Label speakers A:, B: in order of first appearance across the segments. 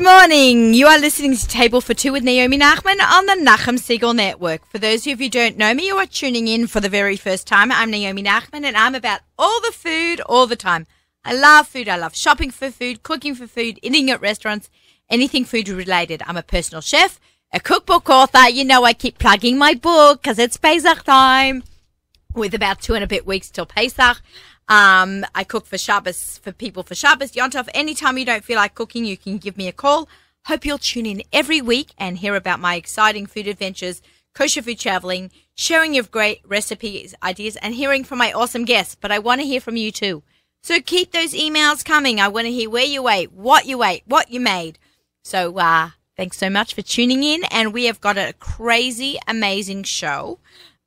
A: morning. You are listening to Table for Two with Naomi Nachman on the Nachum Siegel Network. For those of you who don't know me, you are tuning in for the very first time. I'm Naomi Nachman and I'm about all the food all the time. I love food. I love shopping for food, cooking for food, eating at restaurants, anything food related. I'm a personal chef, a cookbook author. You know, I keep plugging my book because it's Pesach time with about two and a bit weeks till Pesach. Um, I cook for Shabbos for people for Shabbos Yom Tov. Anytime you don't feel like cooking, you can give me a call. Hope you'll tune in every week and hear about my exciting food adventures, kosher food traveling, sharing of great recipes, ideas, and hearing from my awesome guests. But I want to hear from you too. So keep those emails coming. I want to hear where you ate, what you ate, what you made. So uh, thanks so much for tuning in, and we have got a crazy, amazing show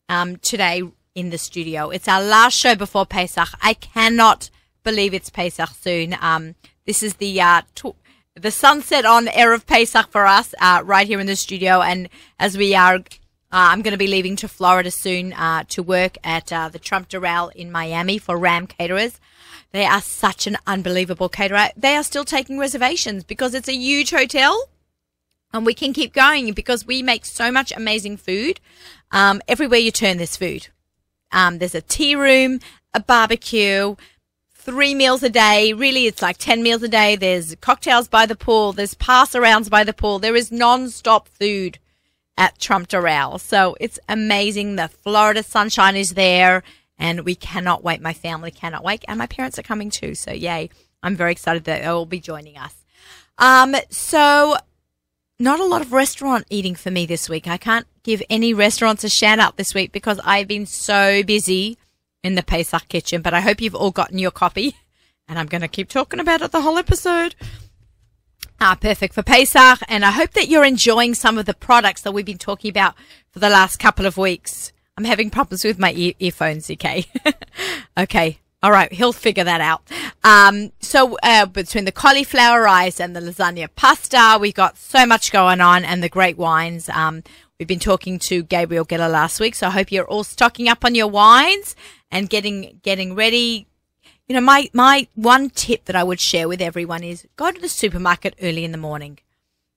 A: um, today in the studio. It's our last show before Pesach. I cannot believe it's Pesach soon. Um, this is the uh, tw- the sunset on erev Pesach for us uh, right here in the studio, and as we are. Uh, I'm going to be leaving to Florida soon uh, to work at uh, the Trump Doral in Miami for Ram Caterers. They are such an unbelievable caterer. They are still taking reservations because it's a huge hotel and we can keep going because we make so much amazing food. Um, everywhere you turn, there's food. Um, there's a tea room, a barbecue, three meals a day. Really, it's like 10 meals a day. There's cocktails by the pool. There's pass arounds by the pool. There is non-stop food at Trump Doral. So it's amazing. The Florida sunshine is there and we cannot wait. My family cannot wait. And my parents are coming too. So yay. I'm very excited that they will be joining us. Um, so not a lot of restaurant eating for me this week. I can't give any restaurants a shout out this week because I've been so busy in the Pesach kitchen, but I hope you've all gotten your copy and I'm going to keep talking about it the whole episode. Ah, perfect for Pesach. And I hope that you're enjoying some of the products that we've been talking about for the last couple of weeks. I'm having problems with my ear- earphones, ZK. okay. All right. He'll figure that out. Um, so, uh, between the cauliflower rice and the lasagna pasta, we've got so much going on and the great wines. Um, we've been talking to Gabriel Geller last week. So I hope you're all stocking up on your wines and getting, getting ready. You know, my, my one tip that I would share with everyone is go to the supermarket early in the morning.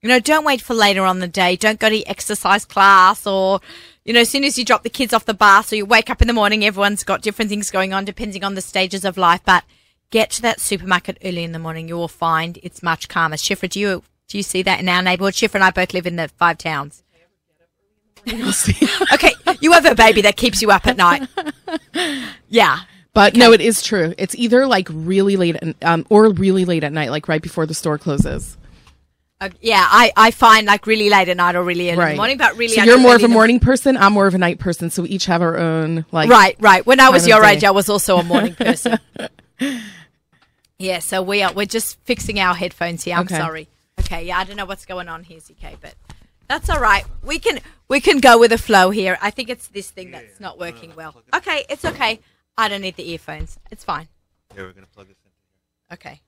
A: You know, don't wait for later on the day. Don't go to exercise class or, you know, as soon as you drop the kids off the bus or you wake up in the morning, everyone's got different things going on depending on the stages of life. But get to that supermarket early in the morning. You will find it's much calmer. Shifra, do you, do you see that in our neighborhood? Shifra and I both live in the five towns. okay. You have a baby that keeps you up at night. Yeah.
B: But no, it is true. It's either like really late um, or really late at night, like right before the store closes.
A: Uh, yeah, I, I find like really late at night or really early in the
B: Right.
A: morning, but really
B: So
A: I
B: you're
A: don't
B: more of
A: really
B: a
A: know-
B: morning person. I'm more of a night person. So we each have our own like.
A: right, right. When I was
B: time
A: your
B: of
A: age,
B: day.
A: I was also a morning person. yeah, so we are we're just fixing our headphones here. I'm
B: Okay.
A: sorry. Okay, yeah, I don't know what's going on here, ZK, but that's all right. We can we can go with the flow here. I think it's this thing that's not working well. Okay, it's okay. I don't need the earphones. It's fine.
C: Yeah, we're gonna plug this in.
A: Okay.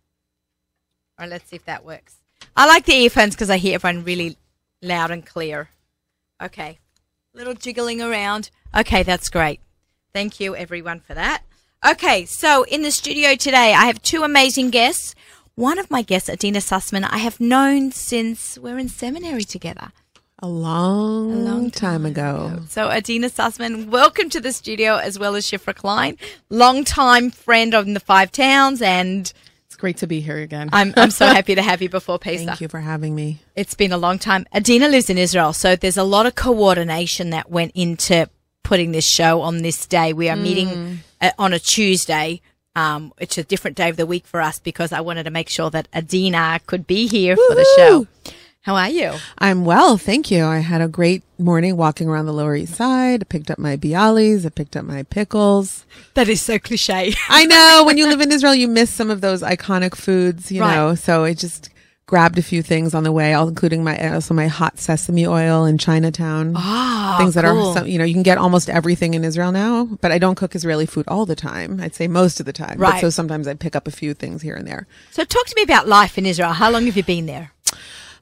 A: All right, let's see if that works. I like the earphones because I hear everyone really loud and clear. Okay. Little jiggling around. Okay, that's great. Thank you, everyone, for that. Okay, so in the studio today, I have two amazing guests. One of my guests, Adina Sussman, I have known since we're in seminary together.
B: A long,
A: long
B: time ago.
A: So, Adina Sussman, welcome to the studio, as well as Shifra Klein, longtime friend on the Five Towns, and
B: It's great to be here again.
A: I'm, I'm so happy to have you before Pesach.
D: Thank you for having me.
A: It's been a long time. Adina lives in Israel, so there's a lot of coordination that went into putting this show on this day. We are meeting uh, on a Tuesday. Um, it's a different day of the week for us because I wanted to make sure that Adina could be here for the show. How are you?
D: I'm well, thank you. I had a great morning walking around the Lower East Side. I picked up my bialys. I picked up my pickles.
A: That is so cliche.
D: I know when you live in Israel, you miss some of those iconic foods, you
A: Right.
D: know. So I just grabbed a few things on the way, all including my also my hot sesame oil in Chinatown.
A: Ah,
D: things that
A: cool.
D: are so, you know you can get almost everything in Israel now. But I don't cook Israeli food all the time. I'd say most of the time.
A: Right.
D: But so sometimes I pick up a few things here and there.
A: So, talk to me about life in Israel. How long have you been there?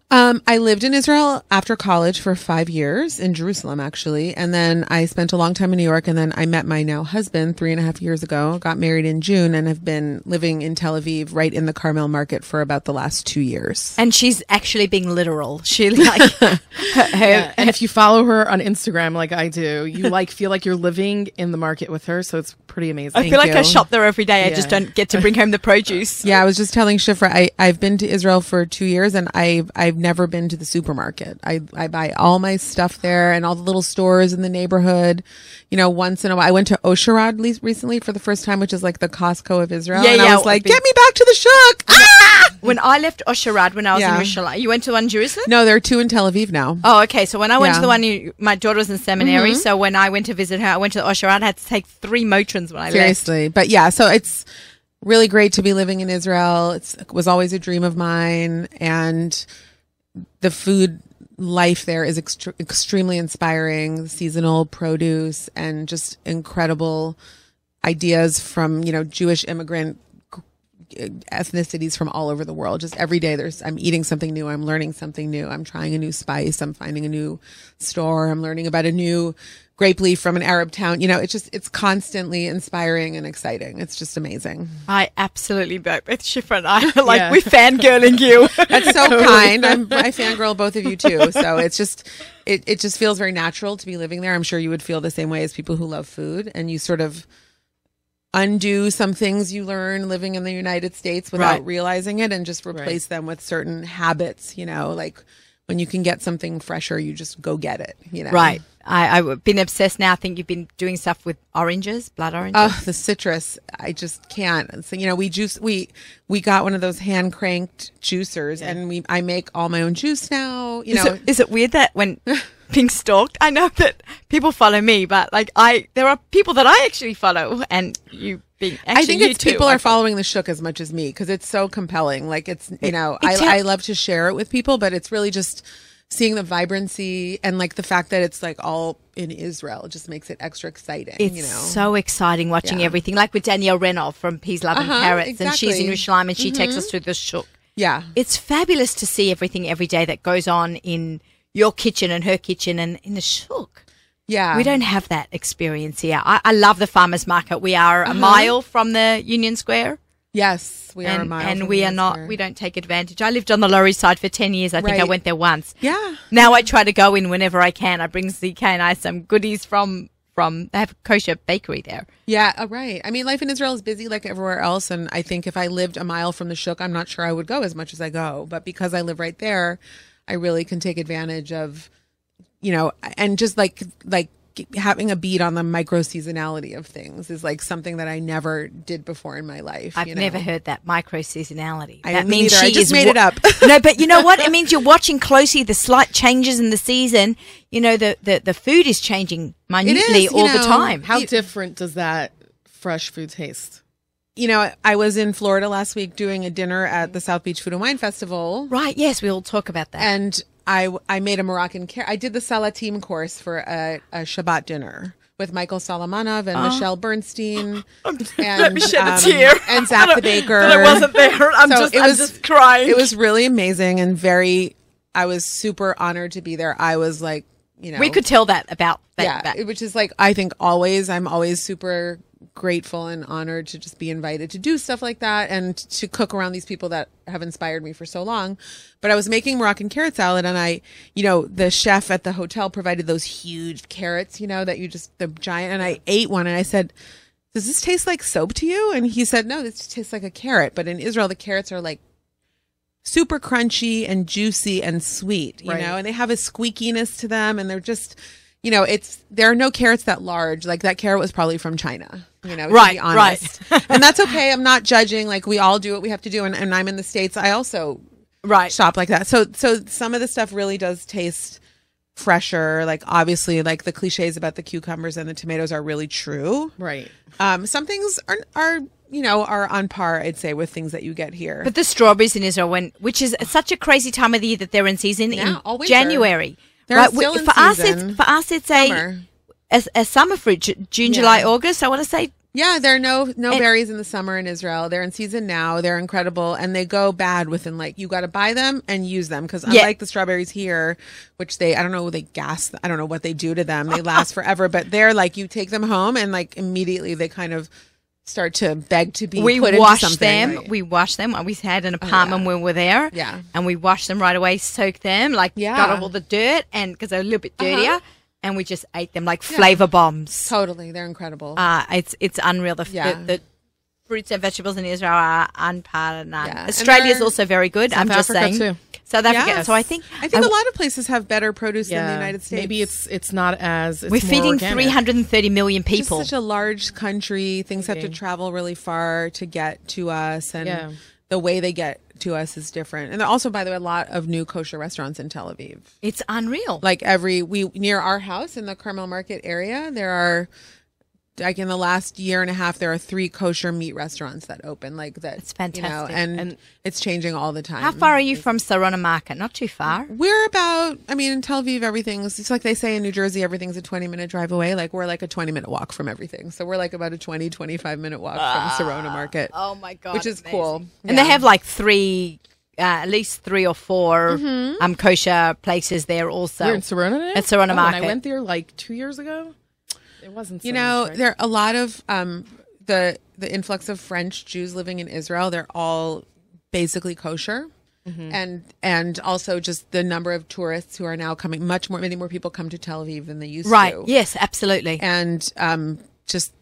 D: Um, I lived in Israel after college for five years in Jerusalem, actually. And then I spent a long time in New York. And then I met my now husband three and a half years ago, got married in June, and have been living in Tel Aviv right in the Carmel market for about the last two years.
A: And she's actually being literal. She like her, her-
B: and if you follow her on Instagram like I do, you like feel like you're living in the market with her, so it's pretty amazing.
A: I feel like I
D: you.
A: shop there every day. I just
B: Yeah.
A: don't get to bring home the produce.
D: Yeah, I was just telling Shifra, I, I've been to Israel for two years and I've, I've never been to the supermarket. I, I buy all my stuff there and all the little stores in the neighborhood. You know, once in a while, I went to Osherod le- recently for the first time, which is like the Costco of Israel.
A: Yeah,
D: and
A: yeah,
D: I was like,
A: it'd be-
D: get me back to the Shuk! Ah!
A: When I left Osherad when I was
D: Yeah.
A: in Rishala, you went to one in Jerusalem?
D: No, there are two in Tel Aviv now.
A: Oh, okay. So when I went to
D: Yeah. Mm-hmm.
A: the one, you, my daughter was in seminary. So when I went to visit her, I went to the Osherad. I had to take three Motrins when I left.
D: Seriously. But yeah, so it's really great to be living in Israel. It's, it was always a dream of mine. And the food life there is ext- extremely inspiring seasonal produce and just incredible ideas from, you know, Jewish immigrant uh, ethnicities from all over the world. Just every day there's I'm eating something new, I'm learning something new, I'm trying a new spice, I'm finding a new store, I'm learning about a new grape leaf from an Arab town. You know, it's just it's constantly inspiring and exciting. It's just amazing.
A: I absolutely burped with Shifra and I. Like,
B: Yeah.
A: we fangirling you.
D: That's so kind. I'm, I fangirl both of you too. So it's just, it, it just feels very natural to be living there. I'm sure you would feel the same way as people who love food and you sort of undo some things you learn living in the United States without
A: Right.
D: realizing it and just replace them with certain habits, you know, like when you can get something fresher, you just go get it, you know?
A: right. I, I've been obsessed now. I think you've been doing stuff with oranges, blood oranges.
D: Oh, the citrus! I just can't. So you know, we juice. We we got one of those hand cranked juicers, and we I make all my own juice now. You
A: is,
D: know,
A: it, is it weird that when being stalked, I know that people follow me, but like, I, there are people that I actually follow and you being, actually,
D: I think
A: you
D: it's
A: too,
D: people
A: I
D: are following the shook as much as me because it's so compelling. Like it's you know I,
A: it's
D: I
A: a-
D: love to share it with people, but it's really just seeing the vibrancy and like the fact that it's like all in Israel just makes it extra exciting.
A: It's
D: you know,
A: so exciting watching everything, like with Danielle Renov from Peas, Love and
D: Uh-huh,
A: Carrots, and she's in
D: exactly. Mm-hmm.
A: Rishalim and she takes us through the shuk.
D: yeah.
A: It's fabulous to see everything every day that goes on in your kitchen and her kitchen and in the shuk.
D: Yeah,
A: We don't have that experience here. I, I love the farmers market. We are a mile from the Union Square,
D: Yes, we are Uh-huh. a
A: and,
D: mile
A: and
D: from
A: we
D: the
A: are not.
D: Square.
A: We don't take advantage. I lived on the Lower East Side for ten years. I think I
D: Right.
A: went there once.
D: Yeah.
A: Now I try to go in whenever I can. I bring ZK and I some goodies from from. They have a kosher bakery there.
D: Yeah, uh, right. I mean, life in Israel is busy like everywhere else. And I think if I lived a mile from the Shuk, I'm not sure I would go as much as I go. But because I live right there, I really can take advantage of, you know, and just like, like, having a beat on the micro seasonality of things is like something that I never did before in my life.
A: I've
D: you know?
A: never heard that micro seasonality.
D: I-
A: that
D: me
A: means
D: neither.
A: she
D: I just
A: is
D: made it up.
A: no, but you know what? It means you're watching closely the slight changes in the season. You know, the the, the food is changing minutely
D: you
A: all the
D: know,
A: time.
B: How different does that fresh food taste?
D: You know, I was in Florida last week doing a dinner at the South Beach Food and Wine Festival.
A: right? Yes, we all talk about that.
D: and I I made a Moroccan car- I did the Salatim course for a, a Shabbat dinner with Michael Solomonov and Michelle Bernstein and um, and Zach the Baker.
A: there. I'm
D: So it was
A: crying.
D: It was really amazing and very. I was super honored to be there. I was like, you know,
A: we could tell that about that.
D: yeah,
A: that-
D: it- which is like I think always I'm always super grateful and honored to just be invited to do stuff like that and to cook around these people that have inspired me for so long. But I was making Moroccan carrot salad and I, you know, the chef at the hotel provided those huge carrots, you know, that you just the giant and I ate one and I said, "Does this taste like soap to you?" And he said, "No, this tastes like a carrot, but in Israel the carrots are like super crunchy and juicy and sweet, you
B: Right.
D: know, and they have a squeakiness to them and they're just, you know, it's there are no carrots that large. Like that carrot was probably from China, you know, to
A: Right,
D: be honest. and that's okay. I'm not judging. Like we all do what we have to do. And, and I'm in the States. I also
A: right.
D: shop like that. So, so some of the stuff really does taste fresher. Like obviously like the cliches about the cucumbers and the tomatoes are really true.
B: Right.
D: Um, some things are, are, you know, are on par, I'd say, with things that you get here.
A: But the strawberries in Israel, when which is such a crazy time of the year that they're in season
D: Yeah, all
A: in
D: winter.
A: January.
D: They're
A: we-
D: still in
A: for us,
D: season.
A: it's for us, it's a,
D: Summer.
A: a a summer fruit, Ju- June, July, August. I want to say
D: Yeah, there are no no
A: And-
D: berries in the summer in Israel. They're in season now. They're incredible, and they go bad within like you got to buy them and use them because unlike the strawberries here, which they I don't know they gas I don't know what they do to them. They last forever, but they're like you take them home and like immediately they kind of start to beg to be
A: we
D: put into
A: wash
D: something.
A: them.
D: Right. Oh,
A: We wash them. We had an apartment when we were there.
D: Yeah.
A: And we washed them right away, soaked them, like
D: Yeah. Uh-huh.
A: got all the dirt and because they're a little bit dirtier. And we just ate them like flavor bombs.
D: totally they're incredible.
A: Uh, it's it's unreal. The, f
D: Yeah.
A: the, the fruits and vegetables in Israel are unparalleled.
D: Yeah. And
A: Australia is
D: they're-
A: also very good. I'm just
B: Africa
A: saying.
B: too.
A: South Africa.
D: Yes.
A: So I think
D: I think
A: a
D: a lot of places have better produce than the United States.
B: Maybe it's it's not as it's
A: we're
B: more
A: feeding
B: organic.
A: 330 million
D: It's
A: people.
D: such a large country. Things have to travel really far to get to us, and
B: Yeah.
D: the way they get to us is different. And there are also, by the way, a lot of new kosher restaurants in Tel Aviv.
A: it's unreal.
D: Like every we near our house in the Carmel Market area, there are like in the last year and a half, there are three kosher meat restaurants that open. Like that,
A: It's fantastic.
D: You know, and, it's changing all the time.
A: How far are
D: mm-hmm.
A: you from Sarona Market? Not too far.
D: We're about, I mean, in Tel Aviv, everything's, it's like they say in New Jersey, everything's a 20 minute drive away. Like we're like a 20 minute walk from everything. So we're like about a 20, 25 minute walk from Serona Market.
A: Oh my god,
D: Which is cool.
A: And they have like three, uh, at least three or 4 um kosher places there also.
B: You're Mm-hmm. in Serona now?
A: At Serona
B: Oh, and
A: Market.
B: I went there like two years ago. It wasn't. So
D: You know,
B: much, right?
D: there are a lot of um, the the influx of French Jews living in Israel. They're all basically kosher,
A: Mm-hmm.
D: and and also just the number of tourists who are now coming. Much more, many more people come to Tel Aviv than they used
A: right?
D: to.
A: Yes, absolutely.
D: and um, just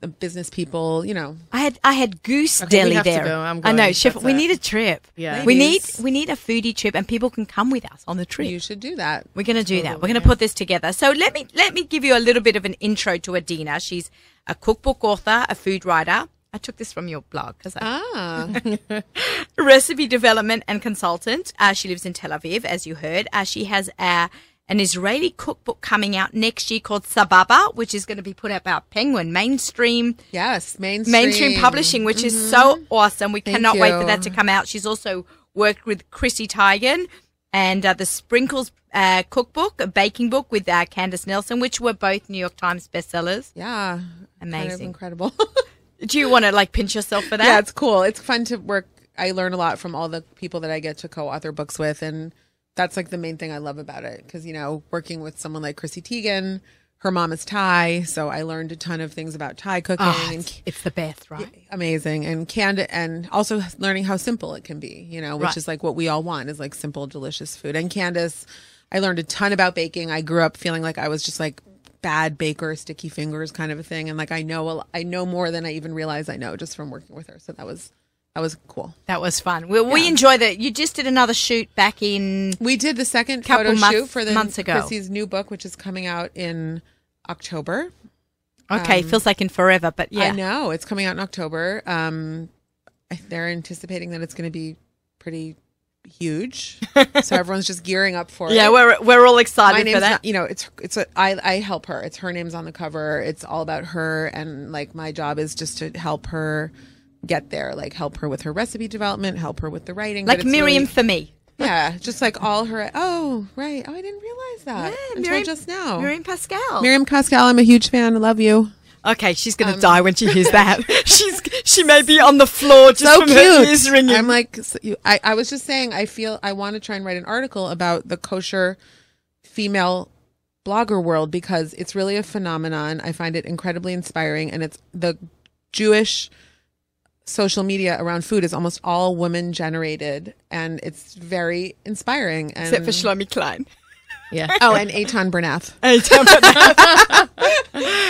D: the business people. You know,
A: I had I had Goose
B: we
A: Deli
B: have to
A: there.
B: go. I'm
A: I know,
B: going.
A: Chef.
B: That's
A: We
B: it.
A: need a trip.
B: Yeah.
A: we need
D: Ladies.
A: we need a foodie trip, and people can come with us on the trip.
D: you should do that.
A: We're going to do that. We're going to put this together. So let me let me give you a little bit of an intro to Adina. She's a cookbook author, a food writer. I took this from your blog because I
D: Ah.
A: recipe development and consultant. Uh, she lives in Tel Aviv, as you heard. Uh, she has a, an Israeli cookbook coming out next year called Sababa, which is going to be put out by Penguin Mainstream
D: Yes, mainstream. Mm-hmm.
A: Mainstream Publishing, which is so awesome. We cannot wait for that to
D: you.
A: come out. She's also worked with Chrissy Teigen and uh, the Sprinkles uh, cookbook, a baking book with uh, Candace Nelson, which were both New York Times bestsellers.
D: Yeah. Kind of
A: Amazing.
D: incredible.
A: Do you want to like pinch yourself for that?
D: yeah, it's cool. It's fun to work. I learn a lot from all the people that I get to co-author books with and that's like the main thing I love about it cuz you know, working with someone like Chrissy Teigen, her mom is Thai, so I learned a ton of things about Thai cooking
A: Ah,
D: and
A: it's, it's the best, right?
D: amazing and candid and also learning how simple it can be you know which
A: Right.
D: is like what we all want is like simple delicious food and candace i learned a ton about baking i grew up feeling like i was just like bad baker sticky fingers kind of a thing and like i know a lo- i know more than i even realize i know just from working with her so that was that was cool
A: That was fun. Well, we enjoy that. You just did another shoot back in
D: we did the second
A: Couple
D: photo
A: months-
D: shoot for the
A: months ago.
D: chrissy's new book which is coming out in october
A: Okay, feels like in forever, but yeah.
D: Um, I know it's coming out in October. Um, I- they're anticipating that it's going to be pretty huge, so everyone's just gearing up for
A: Yeah,
D: it.
A: we're we're all
D: my
A: excited
D: name's
A: for that.
D: not, you know, it's it's a, I I help her. It's her name's on the cover. It's all about her, and like my job is just to help her get there, like help her with her recipe development, help her with the writing, but
A: like
D: it's
A: Miriam
D: really-
A: for me.
D: yeah, just like all her. Oh, right. Oh, I didn't realize that until just now. Miriam,
A: Miriam Pascal.
D: Pascal, I'm a huge fan. I love you.
A: Okay, she's
D: Um,
A: gonna die when she hears that. she's she may be on the floor just from her ears ringing.
D: I'm like, s- you- I, I was just saying, I feel I want to try and write an article about the kosher female blogger world because it's really a phenomenon. I find it incredibly inspiring, and it's the Jewish social media around food is almost all women generated, and it's very inspiring. And,
A: Except for Shlomi Klein.
B: yeah.
D: oh, and Eitan Bernath.
A: That's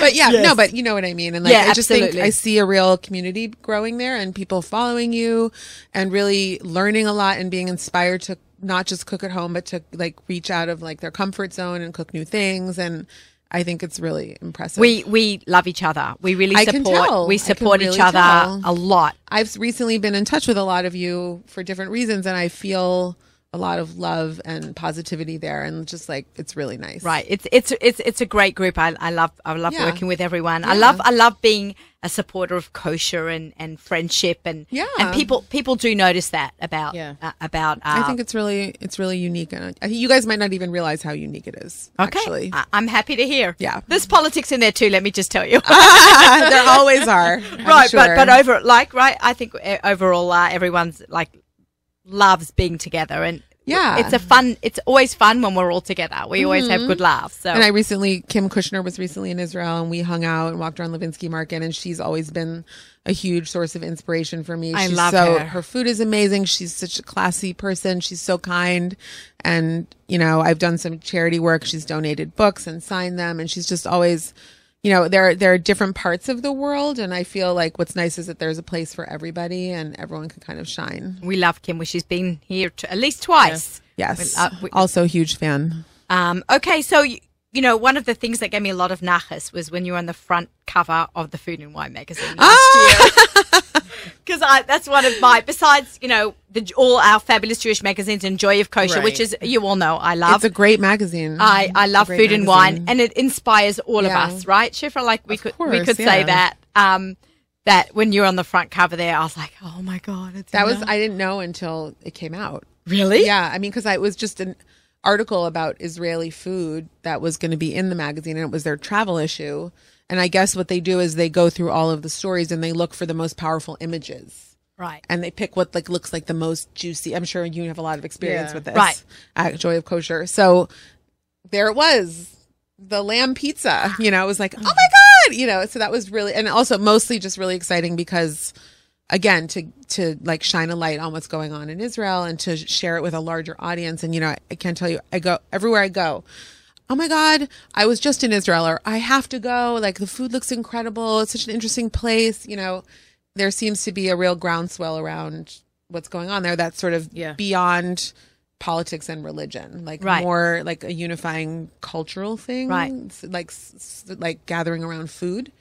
D: But yeah, no, but you know what I mean. And like,
A: Yeah,
D: I just
A: absolutely.
D: think I see a real community growing there and people following you and really learning a lot and being inspired to not just cook at home, but to like reach out of like their comfort zone and cook new things. And I think it's really impressive.
A: we we love each other. We really
D: I can
A: support
D: tell.
A: we
D: I can
A: support each
D: really
A: other
D: tell.
A: a lot.
D: I've recently been in touch with a lot of you for different reasons and I feel a lot of love and positivity there, and just like it's really nice.
A: Right. It's it's it's it's a great group. I, I love I love
D: Yeah.
A: working with everyone. I love I love being a supporter of kosher and, and friendship and
D: Yeah.
A: and people people do notice that about
B: Yeah.
A: uh, about uh,
D: I think it's really it's really unique, and I think you guys might not even realize how unique it is.
A: okay.
D: Actually,
A: I, I'm happy to hear.
D: Yeah.
A: There's politics in there too. Let me just tell you.
D: there always are.
A: right, but but over like right, I think uh, overall uh, everyone's like loves being together and
D: Yeah. Mm-hmm.
A: it's a fun. It's always fun when we're all together. We always have good laughs. So
D: And I recently, Kim Kushner was recently in Israel, and we hung out and walked around Levinsky Market, and she's always been a huge source of inspiration for me.
A: I
D: she's
A: love
D: so,
A: her.
D: food is amazing. She's such a classy person. She's so kind, and you know, I've done some charity work. She's donated books and signed them, and she's just always. You know, there there are different parts of the world, and I feel like what's nice is that there's a place for everybody, and everyone can kind of shine.
A: we love Kim. Well, She's been here t- at least twice.
D: Yes,
A: Well, uh, we-
D: also huge fan.
A: Um, okay, so you, you know one of the things that gave me a lot of nachas was when you were on the front cover of the Food and Wine magazine
D: Ah!
A: last year. Because that's one of my besides you know the, all our fabulous Jewish magazines and Joy of Kosher, which is
B: Right.
A: you all know I love.
D: It's a great magazine.
A: I, I love food
D: great
A: and wine,
D: magazine.
A: and it inspires all
D: Yeah.
A: of us, right, Shifra? Like we could we
D: course,
A: could say
D: yeah.
A: that. Um, that when you're on the front cover there, I was like, oh my god, it's
D: That
A: in
D: was
A: there.
D: I didn't know until it came out.
A: really
D: Yeah, I mean, because it was just an article about Israeli food that was going to be in the magazine, and it was their travel issue. And I guess what they do is they go through all of the stories and they look for the most powerful images,
A: right.
D: and they pick what like looks like the most juicy. I'm sure you have a lot of experience
B: Yeah.
D: with this,
A: Right.
D: At Joy of Kosher, so there it was. The lamb pizza, you know, it was like, oh my god, you know. So that was really, and also mostly just really exciting because again to to like shine a light on what's going on in Israel and to share it with a larger audience and you know I can't tell you I go everywhere I go oh my god I was just in Israel or I have to go like the food looks incredible it's such an interesting place you know there seems to be a real groundswell around what's going on there that's sort of
B: Yeah.
D: beyond politics and religion like
A: Right.
D: more like a unifying cultural thing
A: Right.
D: s- like s- s- like gathering around food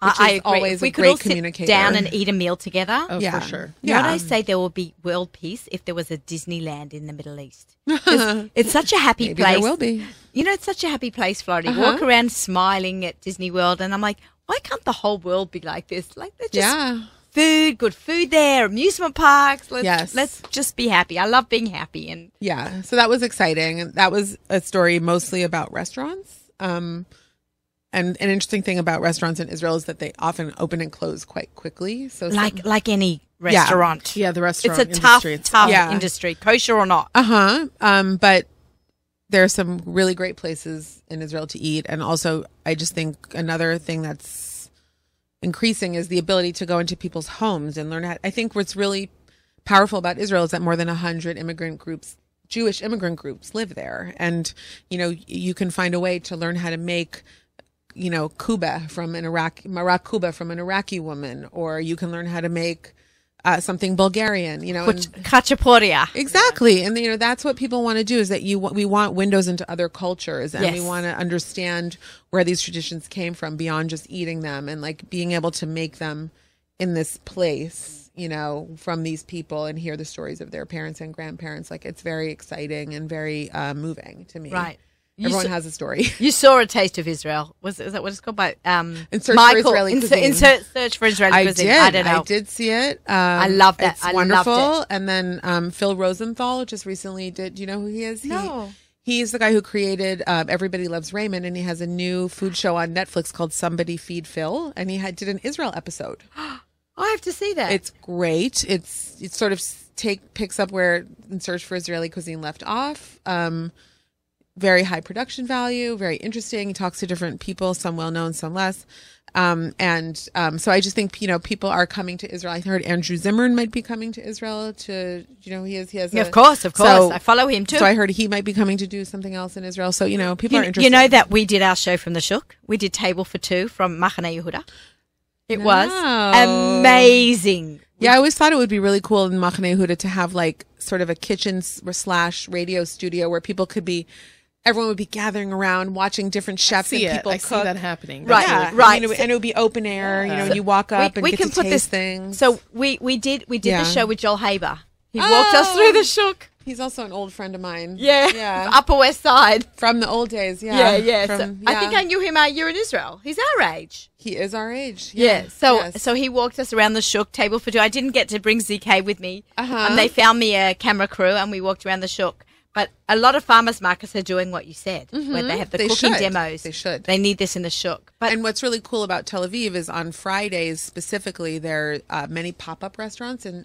A: I,
D: which
A: I
D: is
A: agree.
D: always
A: if we
D: a
A: could
D: great
A: all sit
D: communicator.
A: down and eat a meal together.
B: Oh,
D: Yeah.
B: for sure.
A: You know what
D: Yeah.
A: I say? There will be world peace if there was a Disneyland in the Middle East. 'Cause it's such a happy
D: maybe
A: place.
D: there will be Uh-huh.
A: You know, it's such a happy place, Florida. You walk around smiling at Disney World, and I'm like, why can't the whole world be like this? Like, they're just
D: yeah
A: food, good food there, amusement parks. Let's,
D: Yes.
A: let's just be happy. I love being happy, and
D: Yeah, so that was exciting. And That was a story mostly about restaurants. Um, and an interesting thing about restaurants in Israel is that they often open and close quite quickly. So some-
A: like like any restaurant,
B: Yeah, the
A: it's
B: restaurant
A: a tough,
B: industry. It's
A: tough
D: Yeah.
A: industry, kosher or not.
D: Uh-huh. Um, but there are some really great places in Israel to eat. And also I just think another thing that's increasing is the ability to go into people's homes and learn how I think what's really powerful about Israel is that more than hundred immigrant groups Jewish immigrant groups live there. And, you know, you can find a way to learn how to make you know, Cuba from an Iraqi, Marak Cuba from an Iraqi woman, or you can learn how to make uh, something Bulgarian, you know, and-
A: Which kachaporia.
D: Exactly, and you know that's what people want to do is that you we want windows into other cultures, and we
A: Yes.
D: want to understand where these traditions came from beyond just eating them, and like being able to make them in this place, you know, from these people, and hear the stories of their parents and grandparents. Like it's very exciting and very uh, moving to me.
A: Right. You
D: everyone
A: s-
D: has a story.
A: You saw a taste of Israel. Was is that what it's called? By um,
D: In Search for
A: Michael.
D: Israeli
A: in, se-
D: Cuisine.
A: in se- search for Israeli
D: I
A: cuisine.
D: did.
A: I don't know.
D: did see it. Um,
A: love that.
D: It's
A: I loved
D: wonderful.
A: it.
D: And then um, Phil Rosenthal just recently did. Do you know who he is? He-
A: No.
D: He's the guy who created um, Everybody Loves Raymond, and he has a new food show on Netflix called Somebody Feed Phil, and he had, did an Israel episode.
A: I have to see that.
D: It's great. It's it sort of s- take picks up where in Search for Israeli Cuisine left off. Um, very high production value, very interesting. He talks to different people, some well known, some less. Um, and um, so I just think you know people are coming to Israel. I heard Andrew Zimmern might be coming to Israel to you know he has he has
A: Yeah,
D: a-
A: of course, of course.
D: uh, So-
A: I follow him too.
D: So I heard he might be coming to do something else in Israel. So you know people
A: you,
D: are
A: you
D: interested.
A: know that we did our show from the Shuk. We did Table for Two from Machane Yehuda. It was
D: No.
A: amazing.
D: Yeah, I always thought it would be really cool in Machane Huda to have like sort of a kitchen s- slash radio studio where people could be, everyone would be gathering around watching different chefs
B: see
D: and
B: it.
D: people
B: I
D: cook.
B: see that happening.
A: Right.
B: That's
D: Yeah,
B: really-
A: right.
D: And, it would, and it would be open air. You know, and you walk up and get to taste things.
A: So we we did we did
D: Yeah.
A: the show with Joel Haber. He
D: Oh.
A: walked us through the Shuk.
D: He's also an old friend of mine.
A: Yeah.
D: Yeah.
A: Upper West Side.
D: From the old days. Yeah.
A: Yeah, yeah. So
D: From-
A: I think
D: yeah.
A: I knew him our year in Israel. He's our age.
D: He is our age.
A: Yeah. So
D: Yes.
A: so he walked us around the Shuk table for two. I didn't get to bring ZK with me.
D: Uh-huh.
A: And they found me a camera crew and we walked around the Shuk. But a lot of farmers markets are doing what you said, where they have the
D: Mm-hmm. They
A: cooking
D: should.
A: demos.
D: They should.
A: They need this in the Shuk. But
D: and what's really cool about Tel Aviv is on Fridays specifically, there are uh, many pop up restaurants. And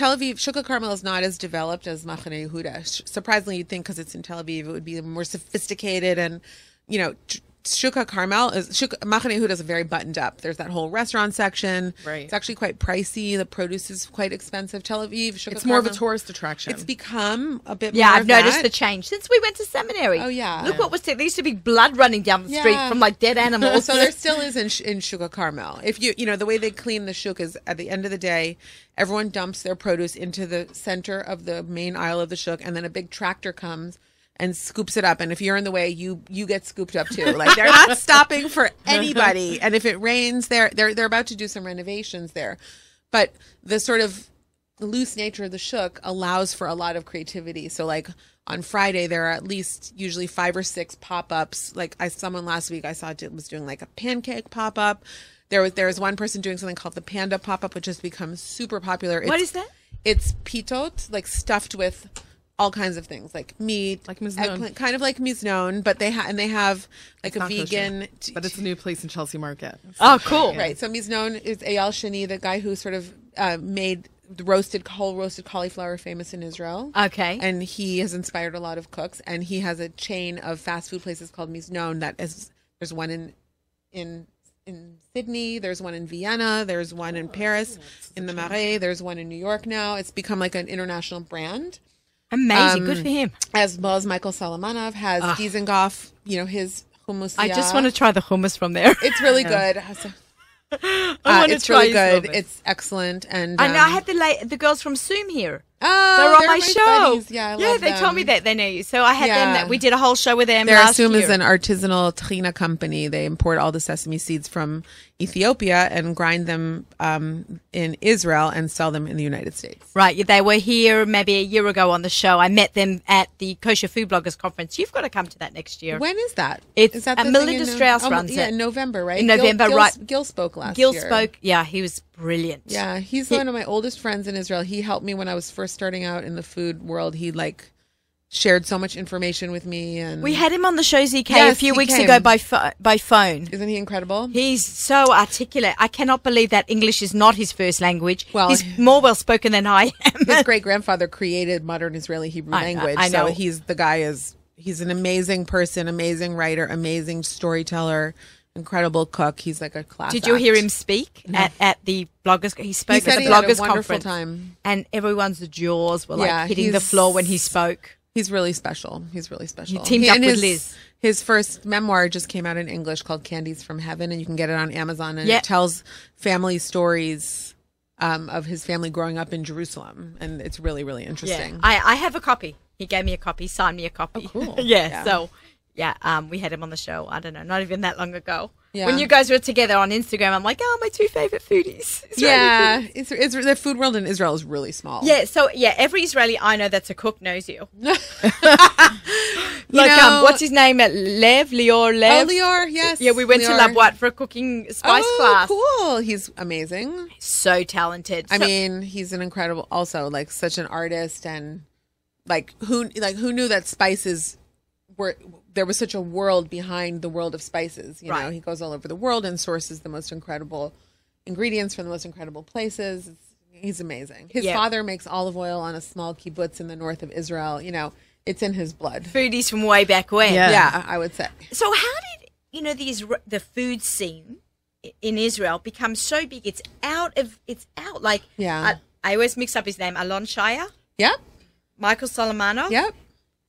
D: Tel Aviv, Shukla Carmel is not as developed as Machane Yehuda. Sh- Surprisingly, you'd think because it's in Tel Aviv, it would be more sophisticated. And, you know, tr- Shukla Carmel is, Shuk- Machane Yehuda is very buttoned up. There's that whole restaurant section.
B: Right.
D: It's actually quite pricey. The produce is quite expensive. Tel Aviv, Shukla
B: It's more of a
D: Carmel-
B: tourist attraction.
D: It's become a bit
A: yeah,
D: more
A: I've
D: of
A: noticed
D: that.
A: the change since we went to seminary.
D: Oh, yeah.
A: Look what was there. There used to be blood running down the street
D: Yeah.
A: from like dead animals.
D: so there still is in, Sh- in Shuka Carmel. If you you know the way they clean the shuk is at the end of the day, everyone dumps their produce into the center of the main aisle of the shuk, and then a big tractor comes and scoops it up. And if you're in the way, you you get scooped up too. Like they're not stopping for anybody. And if it rains, they're they're they're about to do some renovations there, but the sort of loose nature of the shook allows for a lot of creativity. So like on Friday there are at least usually five or six pop-ups. Like I someone last week I saw did, was doing like a pancake pop-up. There was there was one person doing something called the panda pop-up which has become super popular. It's,
A: What is that?
D: It's pitot, like stuffed with all kinds of things like meat,
B: Like Miznone.
D: eggplant, kind of like miznone, but they ha- and they have like a
B: not kosher,
D: vegan t-
B: but it's a new place in Chelsea Market.
A: oh, cool.
D: Right. So he's known as Eyal Shani, the guy who sort of uh, made the roasted whole roasted cauliflower famous in Israel.
A: Okay.
D: And he has inspired a lot of cooks, and he has a chain of fast food places called Miznon that is. There's one in in in Sydney. There's one in Vienna. There's one
A: Oh,
D: in Paris, in the Marais. There's one in New York now. It's become like an international brand
A: Amazing.
D: Um,
A: Good for him.
D: as well as Michael Salamanov has Dizengoff, you know, his hummus.
A: I just want to try the hummus from there.
D: It's really good.
A: I
D: Uh,
A: want to
D: it's
A: try
D: really
A: some
D: good.
A: of it.
D: It's excellent. And
A: I know I
D: um,
A: had the la- the girls from Zoom here.
D: oh,
A: they're on my,
D: my
A: show.
D: buddies. Yeah, I love
A: they told
D: them.
A: me that they knew you. So I had them.
D: Yeah.
A: That we did a whole show with them.
D: Their
A: last
D: Asum
A: year.
D: is an artisanal tahina company. They import all the sesame seeds from Ethiopia and grind them um, in Israel and sell them in the United States.
A: right. They were here maybe a year ago on the show. I met them at the Kosher Food Bloggers Conference. You've got to come to that next year.
D: When is that?
A: It's-
D: is that
A: uh,
D: the thing
A: Melinda
D: in, uh,
A: Strauss
D: oh,
A: runs
D: yeah,
A: it.
D: in November, right?
A: In
D: Gil-
A: November,
D: Gil-
A: right.
D: Gil spoke last
A: Gil
D: year.
A: spoke. Yeah, he was brilliant.
D: Yeah, he's
A: He-
D: one of my oldest friends in Israel. He helped me when I was first starting out in the food world. He like shared so much information with me, and
A: We had him on the show ZK a
D: Yes,
A: few
D: he
A: weeks
D: came.
A: ago by pho- by phone.
D: isn't he incredible?
A: He's so articulate. I cannot believe that English is not his first language.
D: Well-
A: he's more well spoken than I am.
D: His great grandfather created modern Israeli Hebrew
A: I- I-
D: language,
A: I know.
D: so he's the guy is he's an amazing person, amazing writer, amazing storyteller, incredible cook. He's like a class.
A: Did you hear
D: act.
A: him speak at, at the bloggers? He spoke
D: He said
A: at the
D: he
A: bloggers
D: had a wonderful
A: conference,
D: time.
A: and everyone's jaws were like
D: Yeah,
A: hitting the
D: he's-
A: floor when he spoke.
D: He's really special. He's really special.
A: He teamed up
D: and
A: with
D: his,
A: Liz.
D: His first memoir just came out in English called Candies from Heaven, and you can get it on Amazon. And
A: Yeah.
D: it tells family stories um, of his family growing up in Jerusalem, and it's really, really interesting.
A: I, I have a copy. He gave me a copy, signed me a copy.
B: cool.
A: Oh, yeah, So, yeah, um, we had him on the show. I don't know, not even that long ago.
D: Yeah.
A: When you guys were together on Instagram, I'm like, oh, my two favorite foodies. Israeli foodies.
D: yeah, it's, it's the food world in Israel is really small.
A: Yeah, so yeah, every Israeli I know that's a cook knows you. like,
D: You
A: um,
D: know-
A: what's his name? Lev, Lior,
D: Oh,
A: Lev.
D: Lior, yes.
A: Yeah, we went to
D: Lior.
A: La Boite for a cooking spice
D: oh,
A: class.
D: Cool. He's amazing.
A: So talented.
D: I
A: So-
D: mean, he's an incredible also like such an artist and like who like who knew that spices were there was such a world behind the world of spices, you know.
A: Right.
D: He goes all over the world and sources the most incredible ingredients from the most incredible places. It's, he's amazing. His
A: Yeah.
D: father makes olive oil on a small kibbutz in the north of Israel, you know. It's in his blood.
A: foodies from way back when.
B: Yeah.
D: Yeah, I would say.
A: So how did you know these r- the food scene i- in Israel become so big? It's out of it's out like
D: Yeah.
A: I, I always mix up his name. Alon Shire,
D: Yep.
A: Michael Solomonov,
D: Yep.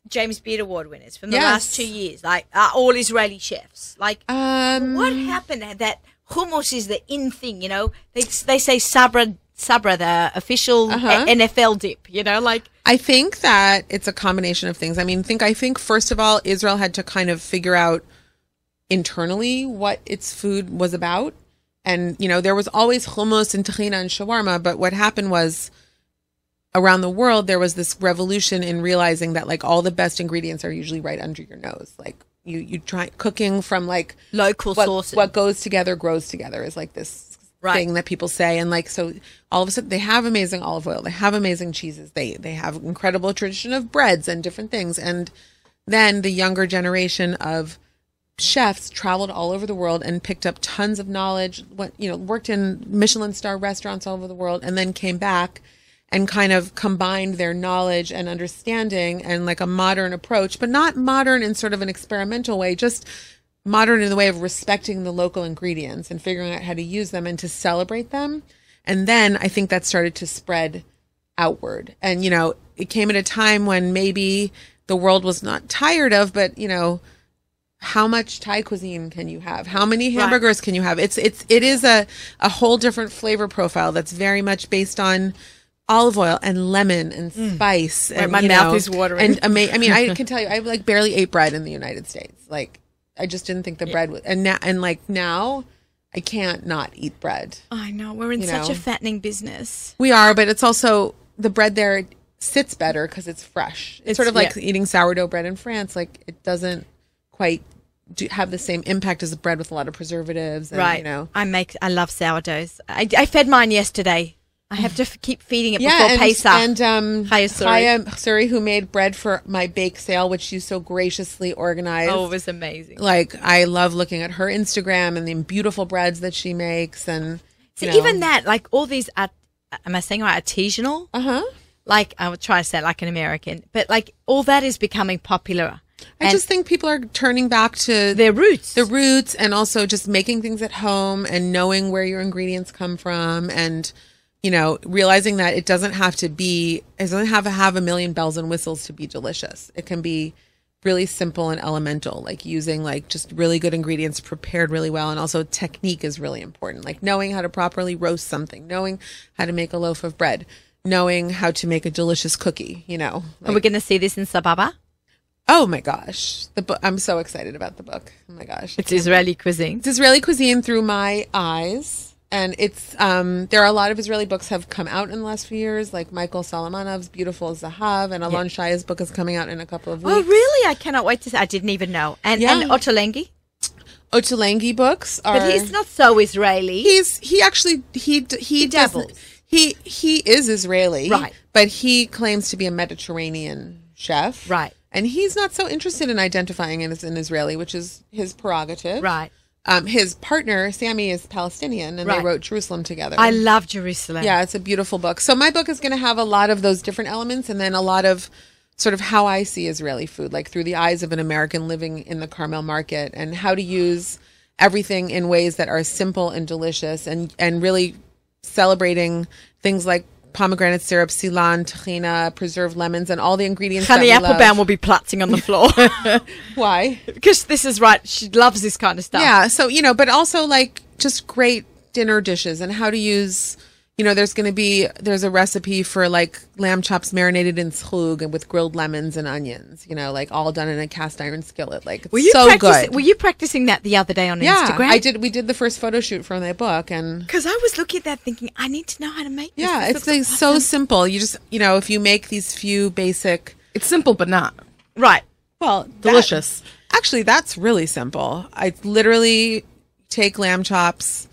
A: James Beard Award winners from the
D: Yes.
A: last two years. Like are all Israeli chefs. Like
D: Um
A: what happened at that hummus is the in thing? You know they they say Sabra Sabra the official
D: Uh-huh.
A: A- NFL dip. You know like
D: I think that it's a combination of things. I mean, think I think first of all, Israel had to kind of figure out internally what its food was about, and you know there was always hummus and tahina and shawarma, but what happened was around the world there was this revolution in realizing that like all the best ingredients are usually right under your nose like you you try cooking from like
A: Local
D: what,
A: sources.
D: what goes together grows together is like this
A: Right.
D: thing that people say and like so all of a sudden they have amazing olive oil they have amazing cheeses they they have incredible tradition of breads and different things and then the younger generation of chefs traveled all over the world and picked up tons of knowledge what you know worked in michelin star restaurants all over the world and then came back and kind of combined their knowledge and understanding and like a modern approach but not modern in sort of an experimental way just modern in the way of respecting the local ingredients and figuring out how to use them and to celebrate them and then i think that started to spread outward. And, you know, it came at a time when maybe the world was not tired of, but, you know, how much Thai cuisine can you have? How many hamburgers can you have? It's it's it is a a whole different flavor profile that's very much based on olive oil and lemon and spice. And,
C: Mm. my
D: you
C: mouth
D: know,
C: is watering.
D: And ama- I mean, I can tell you, I like barely ate bread in the United States. Like, I just didn't think the bread was. And now, and like now, I can't not eat bread.
A: I know we're in
D: You
A: such
D: know.
A: a fattening business.
D: We are, but it's also the bread there sits better because it's fresh. It's,
C: It's-
D: sort of like
C: yeah.
D: eating sourdough bread in France. Like it doesn't quite do, have the same impact as a bread with a lot of preservatives. And,
A: right.
D: You know.
A: I make. I love sourdoughs. I, I fed mine yesterday. I have to f- keep feeding it
D: Yeah,
A: before
D: and,
A: Pesach.
D: and um,
A: Chaya Suri.
D: Chaya Suri, who made bread for my bake sale, which you so graciously organized.
C: Oh, it was amazing.
D: Like I love looking at her Instagram and the beautiful breads that she makes, and
A: so
D: you
A: even
D: know.
A: that, like all these, art, am I saying right? Artisanal.
D: uh-huh.
A: Like I would try to say it like an American, but like all that is becoming popular.
D: I
A: And
D: just think people are turning back to
A: their roots.
D: the roots and also just making things at home and knowing where your ingredients come from and you know realizing that it doesn't have to be it doesn't have to have a million bells and whistles to be delicious it can be really simple and elemental like using like just really good ingredients prepared really well and also technique is really important like knowing how to properly roast something knowing how to make a loaf of bread knowing how to make a delicious cookie you know
A: Are Oh, we
D: Like-
A: going to see this in Sababa?
D: oh my gosh the book i'm so excited about the book oh my gosh
A: It's Israeli cuisine.
D: it's Israeli cuisine through my eyes. And it's um, there are a lot of Israeli books have come out in the last few years, like Michael Solomonov's Beautiful Zahav, and Alon Shaya's book is coming out in a couple of
A: Oh,
D: weeks.
A: really? I cannot wait to see. I didn't even know. And
D: Yeah.
A: and Ottolenghi,
D: Ottolenghi books are
A: but he's not so Israeli.
D: he's he actually he d- he,
A: He dabbles.
D: doesn't- He he is Israeli,
A: Right.
D: But he claims to be a Mediterranean chef,
A: Right.
D: And he's not so interested in identifying as an Israeli, which is his prerogative,
A: right.
D: Um, his partner Sammy is Palestinian, and they
A: Right.
D: wrote Jerusalem together.
A: I love Jerusalem.
D: Yeah, it's a beautiful book. So my book is going to have a lot of those different elements and then a lot of sort of how I see Israeli food, like through the eyes of an American living in the Carmel market and how to use everything in ways that are simple and delicious and and really celebrating things like pomegranate syrup, silan, tahina, preserved lemons and all the ingredients
A: Honey
D: that we
A: Applebaum
D: love.
A: will be platzing on the floor
D: Why?
A: because this is right. She loves this kind of stuff.
D: Yeah. So, you know, but also like just great dinner dishes and how to use, you know, there's going to be, there's a recipe for like lamb chops marinated in slug and with grilled lemons and onions, you know, like all done in a cast iron skillet. Like it's
A: Were you
D: so
A: practicing?
D: good.
A: Were you practicing that the other day on
D: yeah.
A: Instagram?
D: I did, we did the first photo shoot from that book and
A: Because I was looking at that thinking, I need to know how to make this.
D: yeah,
A: This
D: it's
A: looks
D: like so simple. You just, you know, if you make these few basic,
B: It's simple, but not.
A: awesome. right.
D: well,
B: Delicious.
D: Actually, that's really simple. I literally take lamb chops,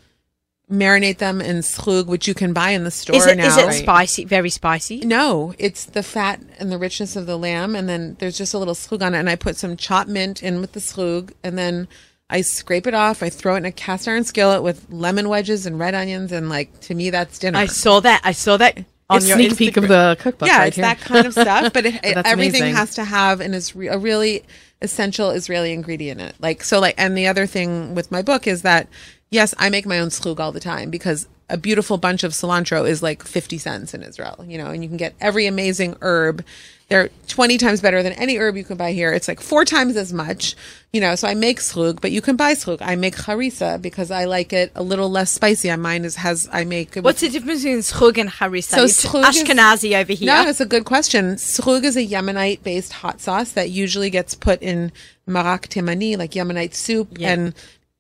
D: marinate them in slug, which you can buy in the store
A: Is it
D: now.
A: is it spicy? Very spicy.
D: No, it's the fat and the richness of the lamb, and then there's just a little slug on it. And I put some chopped mint in with the slug, and then I scrape it off. I throw it in a cast iron skillet with lemon wedges and red onions, and like to me, that's dinner.
A: I saw that. I saw that on
B: It's
A: your
B: sneak peek of the cookbook.
D: yeah,
B: right
D: it's
B: here.
D: that kind of stuff. But it, it-
B: That's
D: everything
B: amazing.
D: has to have an Isra- a really essential Israeli ingredient in it. Like so, like and the other thing with my book is that yes, I make my own slug all the time because a beautiful bunch of cilantro is like fifty cents in Israel, you know, and you can get every amazing herb. They're twenty times better than any herb you can buy here. It's like four times as much, you know. So I make slug, but you can buy slug. I make harissa because I like it a little less spicy. And Mine is has I make it with
A: What's the difference between schug and harissa? You're t-
D: Srug is-
A: Ashkenazi over here.
D: No, it's a good question. Srug is a Yemenite based hot sauce that usually gets put in marak temani, like Yemenite soup, and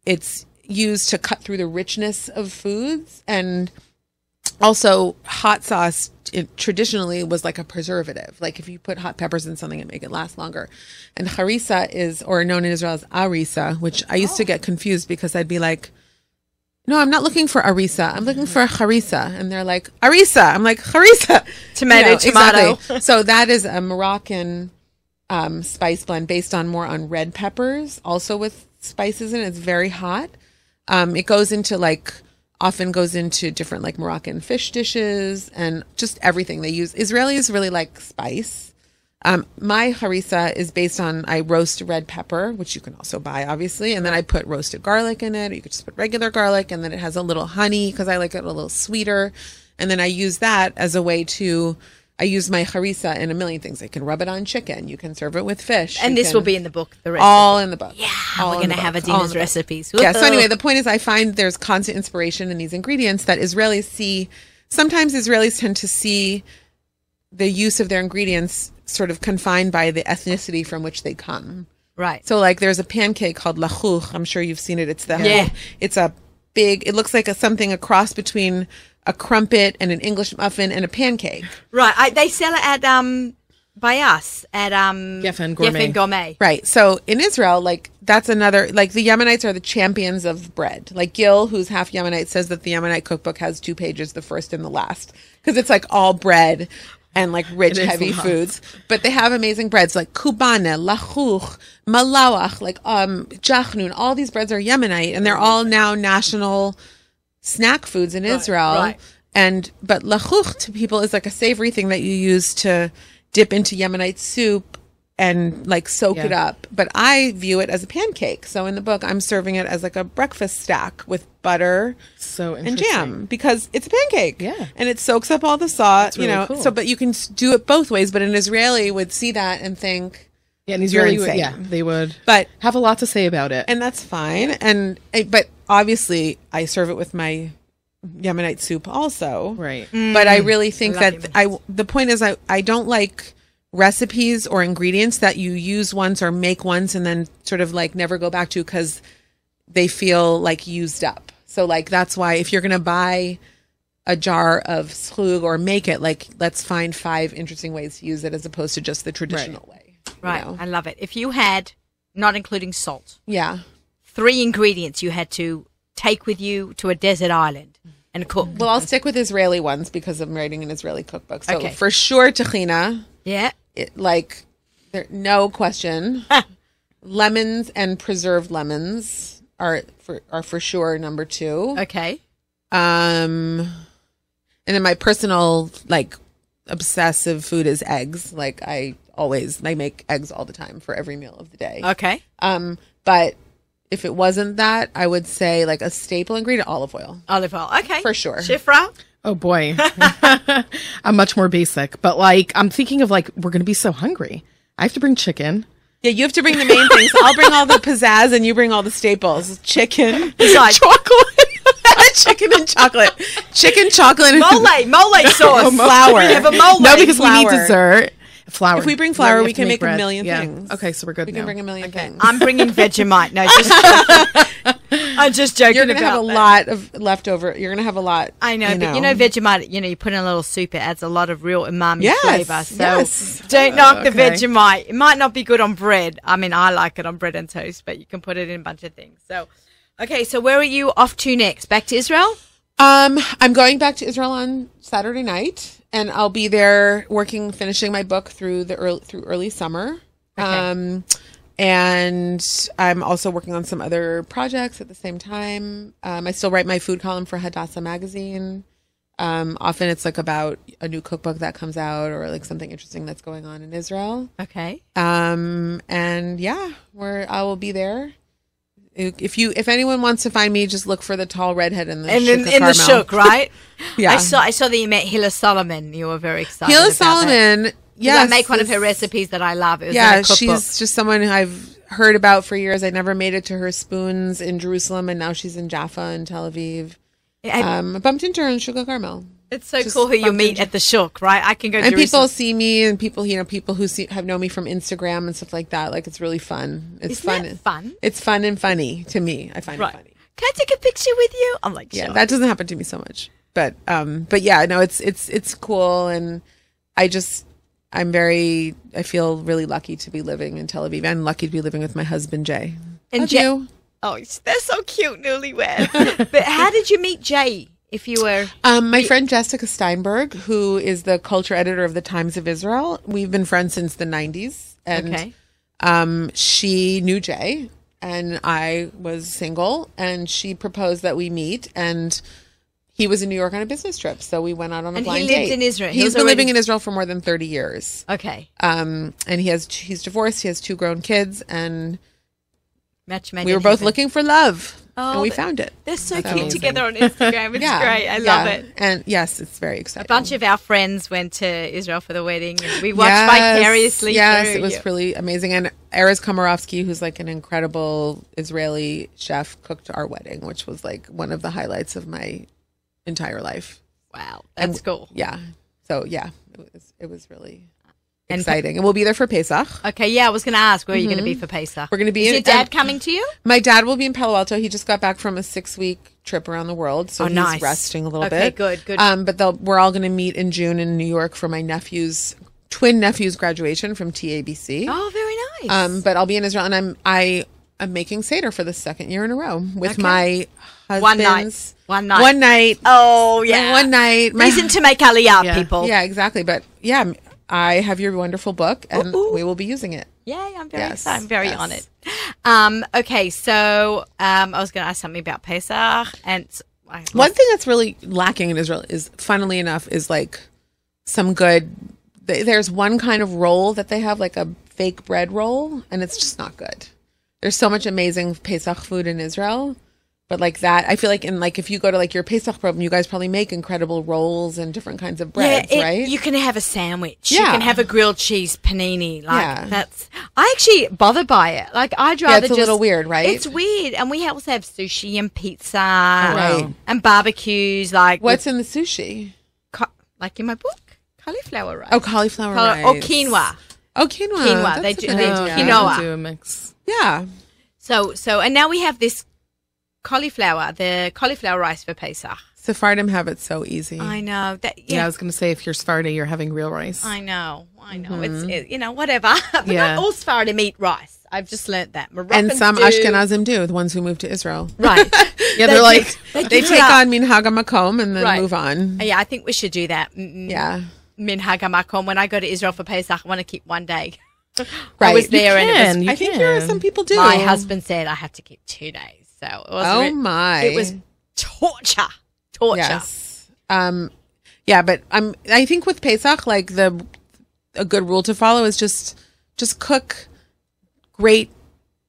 D: it's used to cut through the richness of foods and also hot sauce it traditionally was like a preservative like if you put hot peppers in something it make it last longer and harissa is or known in israel as arisa which i used to
A: Oh.
D: get confused because i'd be like no i'm not looking for arisa i'm looking for harissa and they're like arisa i'm like harissa
A: Tomato, tomato.
D: so that is a moroccan um, spice blend based on more on red peppers, also with spices in it. It's very hot. Um, it goes into like often goes into different like Moroccan fish dishes and just everything they use. Israelis really like spice. Um, my harissa is based on I roast red pepper, which you can also buy obviously, and then I put roasted garlic in it. Or you could just put regular garlic, and then it has a little honey because I like it a little sweeter. And then I use that as a way to. I use my harissa in a million things. I can rub it on chicken. You can serve it with fish.
A: And
D: you
A: this will
D: can-
A: be in the book. The rest.
D: all in the book. Yeah,
A: we're going to have Adina's recipes.
D: Yeah. So
A: Woohoo.
D: anyway, the point is, I find there's constant inspiration in these ingredients that Israelis see. Sometimes Israelis tend to see the use of their ingredients sort of confined by the ethnicity from which they come.
A: right.
D: So like, there's a pancake called lachuch. I'm sure you've seen it. It's the
A: Yeah.
D: It's a big. It looks like a something a cross between a crumpet and an English muffin and a pancake.
A: Right. I, they sell it at um by us at um
B: Geffen Gourmet.
A: Geffen Gourmet.
D: Right. So in Israel, like that's another like the Yemenites are the champions of bread. Like Gil, who's half Yemenite, says that the Yemenite cookbook has two pages, the first and the last, because it's like all bread and like rich,
B: is
D: heavy
B: a lot.
D: foods. But they have amazing breads like kubane, lachuch, malawach, like um jachnun. All these breads are Yemenite, and they're all now national snack foods in Israel.
A: right.
D: And but lachuch to people is like a savory thing that you use to dip into Yemenite soup and like soak it
B: Yeah.
D: up. But I view it as a pancake. So in the book, I'm serving it as like a breakfast stack with butter
B: So
D: and
B: interesting.
D: jam because it's a pancake.
B: Yeah.
D: and it soaks up all the sauce. you
B: really
D: know,
B: cool.
D: so but you can s- do it both ways. But an Israeli would see that and think.
B: Yeah, and
D: You're
B: Israeli would,
D: insane.
B: yeah, they would
D: But
B: have a lot to say about it.
D: and that's fine. And eh, but obviously, I serve it with my Yemenite soup also.
B: right.
D: But
A: Mm.
D: I really think
A: love
D: that I the point is I I don't like recipes or ingredients that you use once or make once and then sort of like never go back to because they feel like used up. So like that's why if you're gonna buy a jar of slug or make it like let's find five interesting ways to use it as opposed to just the traditional way. you
A: Right.
D: know?
A: I love it. If you had, not including salt,
D: Yeah.
A: three ingredients you had to take with you to a desert island and cook.
D: Well, I'll stick with Israeli ones because I'm writing an Israeli cookbook. So
A: Okay.
D: for sure, tahina,
A: yeah.
D: it, like, there, no question. lemons and preserved lemons are for are for sure number two.
A: Okay.
D: Um, and then my personal like obsessive food is eggs. Like I always I make eggs all the time for every meal of the day.
A: Okay.
D: Um, but if it wasn't that, I would say like a staple ingredient, olive oil.
A: Olive oil. Okay.
D: For sure.
A: Shifra.
B: Oh boy. I'm much more basic, but like I'm thinking of like we're going to be so hungry. I have to bring chicken.
D: Yeah, you have to bring the main things. I'll bring all the pizzazz and you bring all the staples. Chicken,
A: Besides-
D: chocolate, chicken and chocolate, chicken, chocolate, and
A: Mole. Mole sauce.
D: flour.
A: We have a mole.
B: No, because we need
D: Oh, flour.
B: dessert. Flour.
D: If we bring
B: Then
D: flour,
B: have
D: we
B: to
D: can make a
B: bread.
D: million
B: Yeah.
D: things.
B: Okay, so we're good
D: we
B: now.
D: can bring a million things.
A: I'm bringing Vegemite. No, just I'm just joking
D: You're gonna
A: about
D: have a
A: that.
D: lot of leftover. You're gonna have a lot.
A: I know, but you know, Vegemite, you know, you put in a little soup, it adds a lot of real umami
D: Yes,
A: flavor. So
D: yes.
A: don't knock the
B: okay.
A: Vegemite. It might not be good on bread. I mean, I like it on bread and toast, but you can put it in a bunch of things. So, okay, so where are you off to next? Back to Israel?
D: Um, I'm going back to Israel on Saturday night, and I'll be there working, finishing my book through the early through early summer. Um, and I'm also working on some other projects at the same time. Um, I still write my food column for Hadassah magazine. Um, often it's like about a new cookbook that comes out or like something interesting that's going on in Israel.
A: Okay.
D: Um, and yeah, where I will be there. If you, if anyone wants to find me, just look for the tall redhead in the
A: And in,
D: Shuk
A: in the
D: Carmel.
A: shook, right?
D: Yeah.
A: I saw I saw that you met Hila Solomon. You were very excited.
D: Hila
A: about That.
D: Solomon.
A: Did
D: Yes,
A: I make one of
D: is-
A: her recipes that I love. It was in
D: Yeah,
A: a cookbook.
D: she's just someone I've heard about for years. I never made it to her spoons in Jerusalem, and now she's in Jaffa and Tel Aviv.
A: And
D: Um, I bumped into her in Sugar Carmel,
A: it's so cool who you
D: bumped
A: meet at the shook, right? I can go to
D: and
A: Jerusalem.
D: people see me, and people you know, people who see, have known me from Instagram and stuff like that. Like it's really fun. It's
A: Isn't
D: fun.
A: that fun?
D: It's fun and funny to me. I find it
A: right.
D: funny.
A: Can I take a picture with you? I'm like,
D: Yeah,
A: sure.
D: that doesn't happen to me so much. but um but yeah no it's it's it's cool and i just i'm very i feel really lucky to be living in tel aviv and lucky to be living with my husband jay
A: And
D: Love
A: Jay-
D: you.
A: Oh, it's- they're so cute, newlyweds. but how did you meet Jay? If you were
D: Um, my friend Jessica Steinberg, who is the culture editor of the Times of Israel, we've been friends since the 90s. And
A: okay,
D: um, she knew Jay, and I was single, and she proposed that we meet. And he was in New York on a business trip. So we went out on a
A: And he
D: blind
A: lived
D: date.
A: in Israel. He
D: He's
A: was
D: been living
A: already-
D: in Israel for more than 30 years.
A: okay,
D: Um, and he has he's divorced. He has two grown kids, and
A: match made.
D: we were
A: in
D: both
A: heaven.
D: looking for love,
A: Oh,
D: and we
A: that-
D: found it.
A: They're so
D: That's
A: cute
D: amazing.
A: together on Instagram. It's great. I love
D: yeah.
A: it.
D: And yes, it's very exciting.
A: A bunch of our friends went to Israel for the wedding. And we watched
D: Yes,
A: vicariously.
D: Yes,
A: through
D: it was
A: you.
D: really amazing. And Erez Komarovsky, who's like an incredible Israeli chef, cooked our wedding, which was like one of the highlights of my entire life.
A: wow. That's cool.
D: Yeah. So yeah, it was it was really
A: And-
D: exciting. And we'll be there for Pesach.
A: Okay, yeah, I was going to ask, where are you going to be for Pesach?
D: Mm-hmm. We're going to
A: Is
D: be in Um,
A: your dad
D: and
A: coming to you?
D: my dad will be in Palo Alto. He just got back from a six week trip around the world, so
A: Oh,
D: he's
A: nice.
D: resting a little
A: Okay,
D: bit.
A: good, good.
D: Um, but they'll, we're all going to meet in June in New York for my nephew's twin nephew's graduation from TABC.
A: Oh, very nice.
D: Um, but I'll be in Israel, and I'm I am making seder for the second year in a row with my husband's
A: One night. One night.
D: one night,
A: oh,
D: my
A: yeah.
D: one night. My,
A: Reason to make aliyah,
B: Yeah.
A: people.
D: yeah, exactly. But yeah, I have your wonderful book, and
A: Ooh, ooh.
D: we will be using it.
A: Yay, I'm very
D: Yes,
A: excited. I'm very
D: yes.
A: on it. Um, okay, so um, I was going to ask something about Pesach. And s- I lost-
D: One thing that's really lacking in Israel is, funnily enough, is like some good. th- There's one kind of roll that they have, like a fake bread roll, and it's just not good. There's so much amazing Pesach food in Israel, but like that, I feel like in like if you go to like your Pesach program, you guys probably make incredible rolls and different kinds of breads,
A: it-
D: right?
A: You can have a sandwich. You
D: Yeah.
A: can have a grilled cheese panini. Like
D: Yeah.
A: that's I actually bother by it. Like I'd rather
D: it's a
A: just-
D: little weird, right?
A: It's weird. Oh, And we also have sushi and pizza
D: Right.
A: and barbecues like
D: What's in the sushi?
A: with ca- like in my book? Cauliflower rice.
D: Oh, cauliflower
A: Cauli-
D: rice.
A: or quinoa.
D: Oh, quinoa.
A: Quinoa. They
D: That's
A: do-
D: a good
A: they do
D: idea.
A: quinoa.
B: I'll Oh, do a mix.
D: Yeah.
A: So so and now we have this cauliflower, the cauliflower rice for Pesach.
D: Sephardim have it so easy.
A: I know. That
B: Yeah. I
A: yeah.
B: was gonna say if you're Sparta, you're having real rice.
A: I know. I know.
D: Mm-hmm.
A: It's it, you know whatever. but
B: Yeah.
A: not all Sephardim eat rice. I've just learnt that. Moroccans
D: and some
A: do.
D: Ashkenazim do, the ones who moved to Israel.
A: Right. Uh,
B: yeah, they're
A: They
B: like
A: just- they
D: they
A: give it
D: take
A: up.
D: on Minhag HaMakom and then
A: Right.
D: move on.
A: Yeah, I think we should do that. Mm, mm,
D: Yeah.
A: Minhag HaMakom. When I go to Israel for Pesach, I want to keep one day. I
D: Right.
A: was
D: You
A: there and it
B: can,
A: was,
B: you
D: I think there are
B: can.
D: some people do.
A: my husband said I have to keep two days. So it wasn't
D: Oh
A: re-
D: my.
A: It was torture. Torture.
D: Yes. Um yeah, but I'm I think with Pesach like the a good rule to follow is just just cook great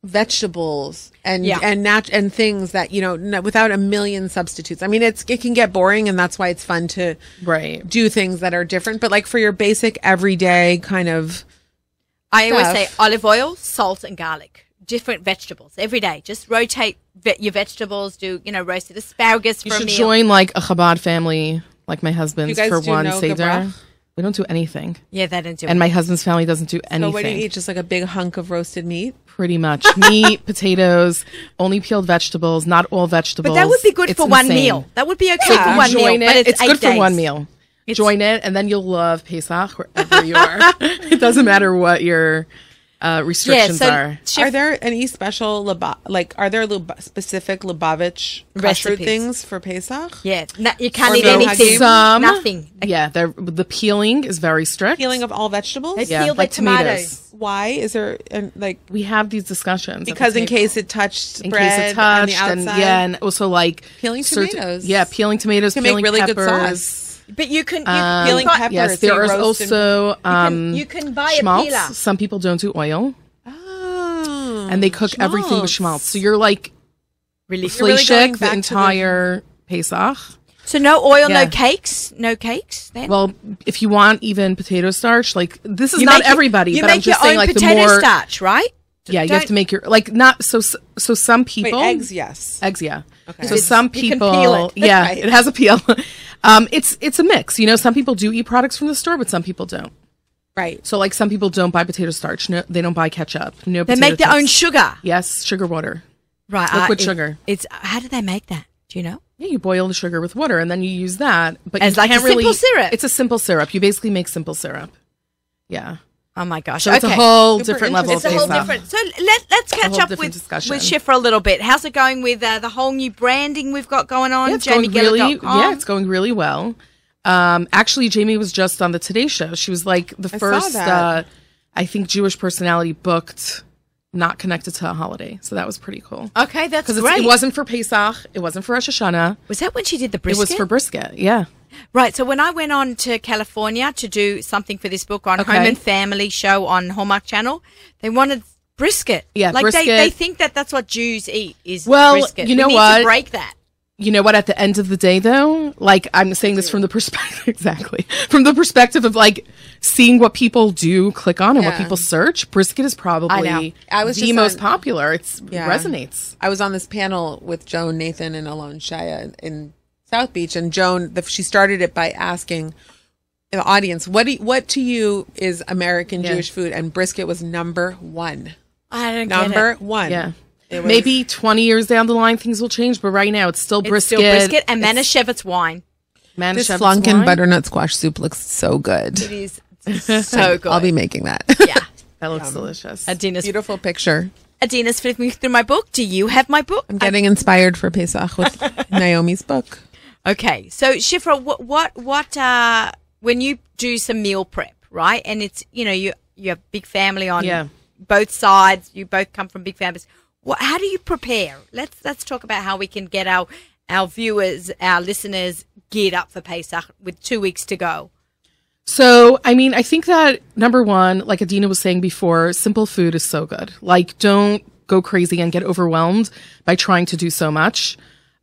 D: vegetables and
A: Yeah.
D: and nat- and things that you know n- without a million substitutes. I mean, it's it can get boring and that's why it's fun to
B: right.
D: do things that are different, but like for your basic everyday kind of
A: I always say
D: Stuff.
A: olive oil, salt, and garlic. Different vegetables every day. Just rotate ve- your vegetables. Do you know roasted asparagus
B: You
A: for a
B: should
A: meal?
B: join like a Chabad family, like my husband's
D: guys
B: for
D: do
B: one
D: no
B: seder.
D: gebrach?
B: We don't do anything.
A: yeah, that didn't do
B: And
A: it.
B: my husband's family doesn't do anything.
D: So what do you eat? Just like a big hunk of roasted meat?
B: Pretty much meat, potatoes, only peeled vegetables, not all vegetables.
A: But that would be good
B: It's
A: for one
B: insane.
A: meal. That would be okay
D: Yeah.
A: for one
B: Join
A: meal.
B: it.
A: But it's, eight
B: good for
A: days.
B: one meal. Join it, and then you'll love Pesach wherever you are. it doesn't matter what your
A: Yeah.
B: uh, restrictions
A: So
B: are.
A: shift-
D: are there any special Luba- like are there Lub- specific Lubavitch kashrut
A: Recipes.
D: things for Pesach?
A: Yeah, no, you can't
D: Or
A: eat
D: no
A: anything.
D: hagim?
B: Some-
A: nothing.
B: Yeah, the the peeling is very strict.
D: Peeling of all vegetables?
A: They
B: Yeah,
A: peel
B: like
A: the tomatoes.
B: tomatoes.
D: Why is there an, like
B: We have these discussions at the
D: because in
B: table.
D: case it touched
B: in
D: bread
B: case it touched,
D: on
B: and
D: the outside?
B: yeah, and also like
D: Peeling tomatoes.
B: Yeah, peeling tomatoes
D: to
B: peeling
D: make really
B: peppers.
D: good sauce.
A: But you can you,
B: Um,
A: you've
D: Peeling
A: got-
D: pepper.
B: Yes,
D: so you
B: there are
D: roast and-
B: also um,
A: you can buy a
B: schmaltz.
A: peeler.
B: Some people don't do oil,
D: Oh.
B: and they cook everything with schmaltz. So you're like
A: Really
B: flea
D: really going back
B: shack the
D: to the-
B: entire Pesach.
A: So no oil,
B: Yeah.
A: no cakes, no cakes. Then
B: Well, if you want even potato starch, like this is
A: You
B: not
A: make your-
B: everybody,
A: you
B: but
A: make
B: I'm just
A: your
B: saying
A: own
B: like the
A: potato
B: more
A: starch, right?
B: yeah, you have
A: Don't-
B: to make your like not so so some people
D: Wait, eggs, yes.
B: Eggs, yeah.
D: Okay.
B: So
D: It's-
B: some
A: you can
B: people,
A: peel it.
B: yeah,
D: Right.
B: it has a peel. Um, it's it's a mix. You know, some people do eat products from the store, but some people don't.
D: Right.
B: So like some people don't buy potato starch. No, they don't buy ketchup. No,
A: They
B: potato
A: make their own
B: chips.
A: sugar,
B: yes, sugar water.
A: right? uh,
B: Liquid
A: it-
B: sugar.
A: It's how do they make that? Do you know?
B: Yeah, you boil the sugar with water and then you use that. But
A: As
B: you
A: like a
B: can't really,
A: simple syrup.
B: It's a simple syrup. You basically make simple syrup. Yeah.
A: Oh my gosh!
B: So
A: okay.
B: it's a whole
D: Super
B: different level of
A: It's a
D: interesting.
A: whole
B: taste now.
A: different. So let let's catch
B: whole
A: up with
B: different discussion.
A: with Chef for a little bit. How's it going with uh, the whole new branding we've got going on?
B: Yeah, it's going really,
A: JamieGeller.com?
B: yeah, it's going really well. Um, actually, Jamie was just on the Today Show. She was like the
D: I saw
B: first,
D: that.
B: uh, I think, Jewish personality booked not connected to a holiday. So that was pretty cool.
A: okay. That's
B: Because
A: Oh, great.
B: it wasn't for Pesach, it wasn't for Rosh Hashanah,
A: was that when she did the
B: it
A: brisket?
B: was for brisket. Yeah.
A: Right. So when I went on to California to do something for this book on
B: Okay.
A: Home and Family show on Hallmark Channel, they wanted brisket.
B: Yeah,
A: like They,
B: brisket.
A: they think that that's what Jews eat is
B: Well,
A: brisket.
B: you
A: We
B: know
A: need To
B: what?
A: break that.
B: you know what at the end of the day though like i'm saying this from the perspective exactly from the perspective of like seeing what people do click on and what
D: Yeah.
B: people search brisket is probably
A: know.
D: I was
B: the
D: just
B: most
D: on-
B: popular it's
D: Yeah.
B: resonates
D: I was on this panel with Joan Nathan and Alon Shaya in South Beach, and Joan, the, she started it by asking the audience, "What do you- what to you is American
B: Yeah.
D: Jewish food?" And brisket was number one.
A: I don't get it.
D: Number one.
B: yeah
D: It was-
B: maybe 20 years down the line things will change but right now it's still brisket
A: It's still brisket and Manischewitz wine.
D: This
B: Manischewitz
D: flunkin
B: wine.
D: butternut squash soup looks so good.
A: It is so good.
D: I'll be making that.
A: yeah.
B: that looks delicious
A: Adina's,
D: Beautiful picture.
A: Adina's flipping through my book. Do you have my book?
D: I'm getting inspired for Pesach with Naomi's book.
A: Okay, so Shifra, what what what uh when you do some meal prep, right? And it's you know you you have big family on
B: Yeah.
A: both sides. You both come from big families. What, how do you prepare? Let's let's talk about how we can get our our viewers, our listeners, geared up for Pesach with two weeks to go.
B: So, I mean, I think that number one, like Adina was saying before, simple food is so good. Like, don't go crazy and get overwhelmed by trying to do so much.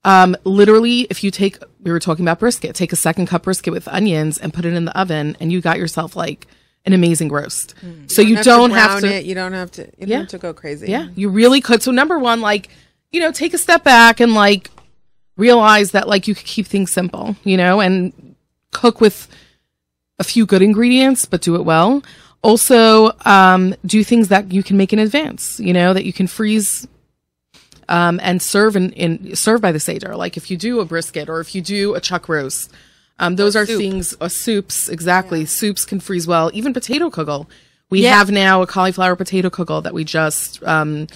B: Um, literally, if you take, we were talking about brisket, take a second cup brisket with onions and put it in the oven, and you got yourself like an amazing roast. So Mm. you don't have
D: brown
B: to,
D: it. You don't have to. You don't
B: Yeah.
D: have to go crazy.
B: yeah, you really could. So number one, like, you know, take a step back and like realize that like you could keep things simple, you know, and cook with a few good ingredients, but do it well. Also, um, do things that you can make in advance, you know, that you can freeze um, and serve in, in serve by the seder. Like if you do a brisket or if you do a chuck roast, um, those are things. Uh, soups, exactly. Soups can freeze well. Even potato kugel. We
A: Yeah.
B: have now a cauliflower potato kugel that we just um,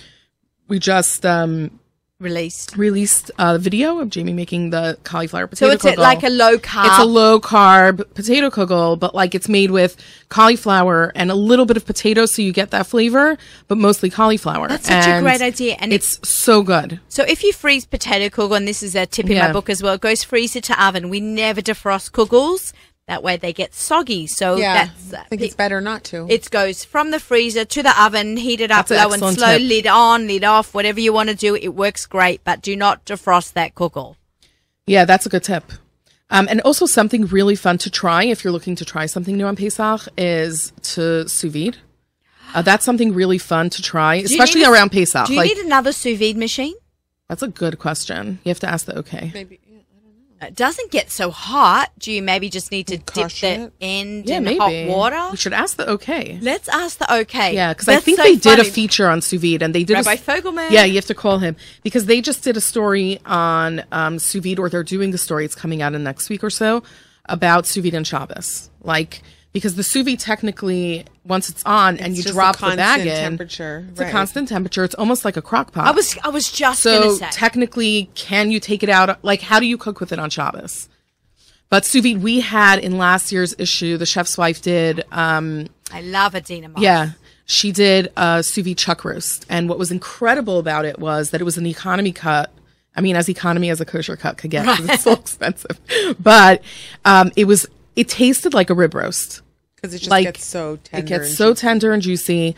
B: we just um,
A: Released.
B: released a video of Jamie making the cauliflower
A: So
B: potato.
A: it's a,
B: kugel.
A: like a low carb.
B: It's a low carb potato kugel, but like it's made with cauliflower and a little bit of potato, so you get that flavor, but mostly cauliflower.
A: That's such a
B: And
A: great idea, and
B: it's so good.
A: So if you freeze potato kugel, and this is a tip in my
B: Yeah.
A: book as well, it goes freezer to oven. We never defrost kugels. That way they get soggy. So
D: Yeah.
A: that's
B: uh,
A: uh,
D: I think it's better not to.
A: it goes from the freezer to the oven, heat it up
B: That's an
A: low and
B: excellent
A: slow,
B: tip.
A: lid on, lid off, whatever you want to do, it works great, but do not defrost that kugel.
B: Yeah, that's a good tip. Um, and also something really fun to try if you're looking to try something new on Pesach is to sous vide. Uh, that's something really fun to try,
A: Do you need
B: especially
A: a-
B: around Pesach.
A: Do you
B: Like
A: need another sous vide machine?
B: that's a good question. You have to ask the okay.
D: Maybe.
A: It doesn't get so hot. Do you maybe just need to dip
D: Caution
A: the
D: it?
A: end
B: Yeah,
A: in
B: maybe
A: hot
B: We
A: water?
B: should ask the okay.
A: Let's ask the okay.
B: Yeah, because I
A: That's
B: think
A: so
B: they did a
A: funny.
B: feature on sous vide, and they did. a
A: Rabbi
B: s-
A: Fogelman.
B: Yeah, you have to call him because they just did a story on um, sous vide, or they're doing the story. It's coming out in next week or so about sous vide and Shabbos, like because the sous vide technically once it's on and you
D: just a
B: drop the bag
D: constant
B: in,
D: temperature,
B: It's a
D: right.
B: constant temperature. It's almost like a crock pot.
A: I was I was just
B: so
A: gonna say
B: technically, can you take it out? Like, how do you cook with it on Shabbos? But sous vide, we had in last year's issue, the chef's wife did. Um,
A: I love Adina Marsh.
B: yeah. She did a sous vide chuck roast. And what was incredible about it was that it was an economy cut. I mean, as economy as a kosher cut could get 'cause it's so expensive. But um, it was, it tasted like a rib roast.
D: Because it just
B: Like,
D: gets so tender.
B: it gets
D: and
B: so
D: juicy.
B: tender and juicy.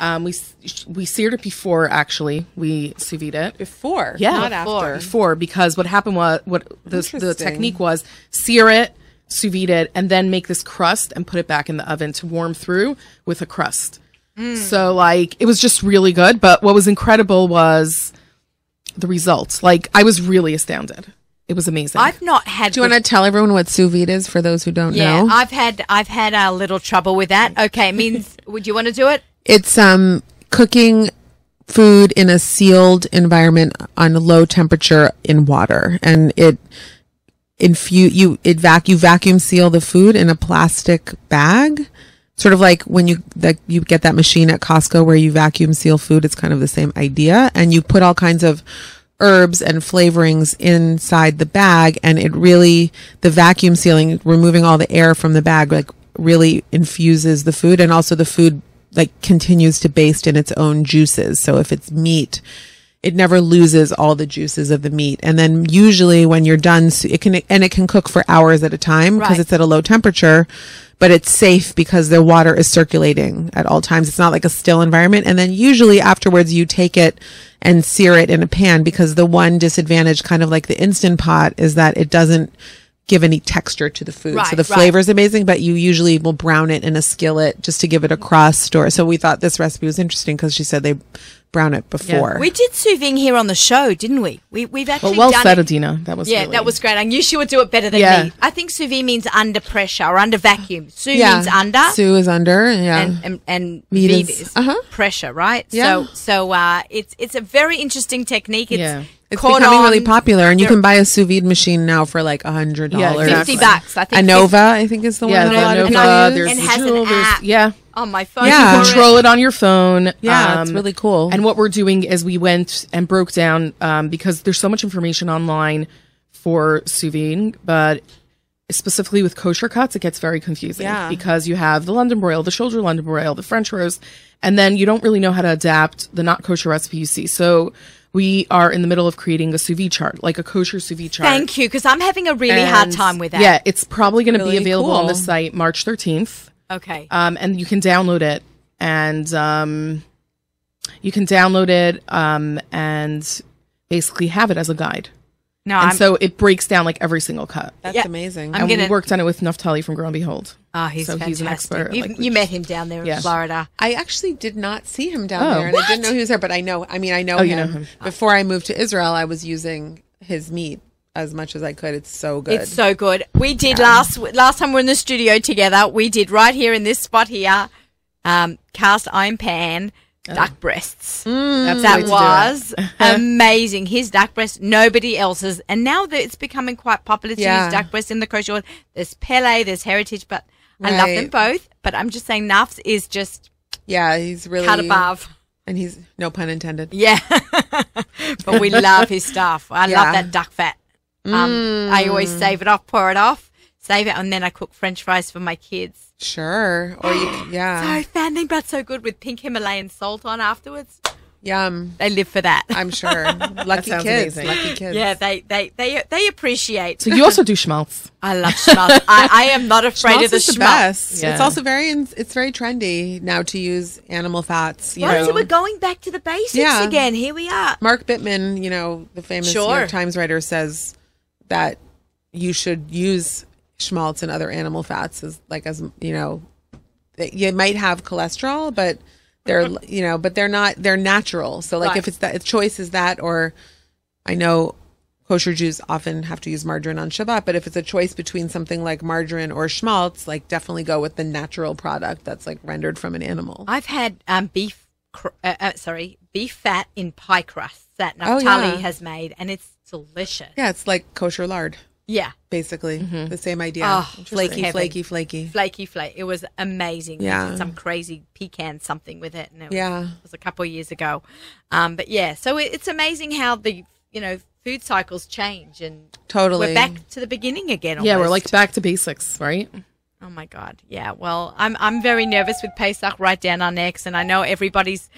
B: Um, we, s- we seared it before, actually. We sous vide it.
D: before.
B: Yeah,
D: Not
A: Before.
D: after.
B: Before, because what happened was what the, the
D: Interesting.
B: technique was sear it, sous vide it, and then make this crust and put it back in the oven to warm through with a crust.
A: Mm.
B: So like it was just really good. But what was incredible was the results. Like I was really astounded. It was amazing.
A: I've not had.
D: Do you want to tell everyone what sous vide is for those who don't
A: Yeah,
D: know?
A: I've had I've had a little trouble with that. Okay, it means would you want to do it?
D: it's um cooking food in a sealed environment on a low temperature in water, and it infu you it vac you vacuum seal the food in a plastic bag, sort of like when you like you get that machine at Costco where you vacuum seal food. It's kind of the same idea, and you put all kinds of herbs and flavorings inside the bag and it really the vacuum sealing removing all the air from the bag like really infuses the food and also the food like continues to baste in its own juices so if it's meat it never loses all the juices of the meat and then usually when you're done s- it can and it can cook for hours at a time because
A: Right.
D: it's at a low temperature but it's safe because the water is circulating at all times it's not like a still environment and then usually afterwards you take it and sear it in a pan because the one disadvantage kind of like the instant pot is that it doesn't give any texture to the food
A: Right,
D: so the
A: right.
D: flavor is amazing, but you usually will brown it in a skillet just to give it a crust. Or so we thought this recipe was interesting because she said they brown it before.
A: We did sous vide here on the show, didn't we? we we've actually
B: But well
A: done
B: said,
A: it.
B: Adina. That was
A: Yeah,
B: really-
A: that was great. I knew she would do it better than
B: Yeah.
A: me. I think sous vide means under pressure or under vacuum. Sous means under,
D: Sue is under. Yeah.
A: and and, and
D: Vide
A: vide
D: is-
A: is
D: uh-huh.
A: pressure, right?
D: Yeah.
A: So so uh, it's it's a very interesting technique. It's,
B: Yeah.
D: it's
A: caught
D: becoming
A: on
D: really popular, and you can buy a sous vide machine now for like a hundred
B: Yeah,
D: dollars.
B: exactly.
A: Fifty bucks, I think.
D: Anova, I think, is the
B: Yeah,
D: one
B: the
D: that a lot of
A: and
B: Nova,
D: people
A: I-
D: use.
B: uh, there's
A: and has
B: Juul,
A: an
B: there's-
A: app
B: yeah.
A: on my phone.
D: Yeah.
A: for it.
B: control it on your phone. Um,
D: Yeah,
A: um,
D: it's really cool.
B: And what we're doing is we went and broke down um, because there's so much information online for sous vide, but specifically with kosher cuts, it gets very confusing
D: Yeah.
B: because you have the London broil, the shoulder London broil, the French roast, and then you don't really know how to adapt the not kosher recipe you see. So we are in the middle of creating a sous vide chart, like a kosher sous vide chart.
A: Thank you, because I'm having a really hard
B: And,
A: time with that.
B: Yeah, it's probably going to
D: Really
B: be available on the
D: cool.
B: site March 13th
A: Okay.
B: um, and you can download it and um, you can download it um, and basically have it as a guide
A: no,
B: and
A: I'm.
B: so it breaks down like every single cut
D: That's
A: Yeah.
D: amazing.
A: I'm
B: and
A: gonna-
B: we worked on it with Naftali from Girl and Behold
A: oh, he's
B: so
A: fantastic.
B: he's an expert,
A: You,
B: like,
A: you met him down there in
B: Yeah.
A: Florida.
D: I actually did not see him down
B: Oh.
D: there, and I didn't know he was there. But I know, I mean, I know,
B: Oh,
D: him.
B: you know him.
D: Before I moved to Israel, I was using his meat as much as I could. It's so good.
A: It's so good. We did last last time we were in the studio together. We did right here in this spot here, um, cast iron pan duck breasts.
B: That's the way
A: That
B: to do it.
A: was amazing. His duck breast, nobody else's, and now that it's becoming quite popular to
D: Yeah.
A: use duck breast in the kosher world. There's Pele, there's Heritage, but I love them
D: Right.
A: both. But I'm just saying, Nafs is just
D: yeah, he's really
A: cut above.
D: and he's no pun intended.
A: Yeah. but we love his stuff. I
D: Yeah.
A: love that duck fat. Um, I always save it off, pour it off, save it, and then I cook french fries for my kids.
D: Sure. Or you, yeah,
A: So fanning bread's so good with pink Himalayan salt on afterwards.
D: yum.
A: They live for that.
D: I'm sure. Lucky
B: sounds
D: kids.
B: amazing.
D: Lucky kids.
A: yeah, they, they, they, they appreciate.
B: so you also do schmaltz
A: I love schmaltz. I, I am not afraid of
D: Schmaltz
A: the
D: is the
A: schmaltz.
D: best.
B: Yeah.
D: It's also very in- it's very trendy now to use animal fats. You
A: Right,
D: know,
A: so we're going back to the basics
D: Yeah.
A: again. Here we are.
D: Mark Bittman, you know, the famous New
A: Sure.
D: York Times writer, says that you should use schmaltz and other animal fats as like as you know, that you might have cholesterol, but they're you know, but they're not they're natural. So like
A: Right.
D: if it's that if choice is that or I know kosher Jews often have to use margarine on Shabbat, but if it's a choice between something like margarine or schmaltz, like definitely go with the natural product that's like rendered from an animal.
A: I've had um, beef, cr- uh, uh, sorry, beef fat in pie crusts that
D: Oh,
A: Naftali
D: yeah.
A: has made, and it's delicious.
D: yeah, it's like kosher lard.
A: Yeah,
D: basically the same idea
A: Oh,
D: flaky
A: interesting.
D: flaky flaky
A: flaky flake. It was amazing. We
D: Yeah.
A: did some crazy pecan something with it. And it was,
D: Yeah.
A: it was a couple of years ago. Um, but yeah, so it, it's amazing how the you know food cycles change, and
D: totally
A: we're back to the beginning again.
B: yeah we're
A: almost.
B: like back to basics right
A: Oh my God. Yeah. Well, I'm I'm very nervous with Pesach right down our necks, and I know everybody's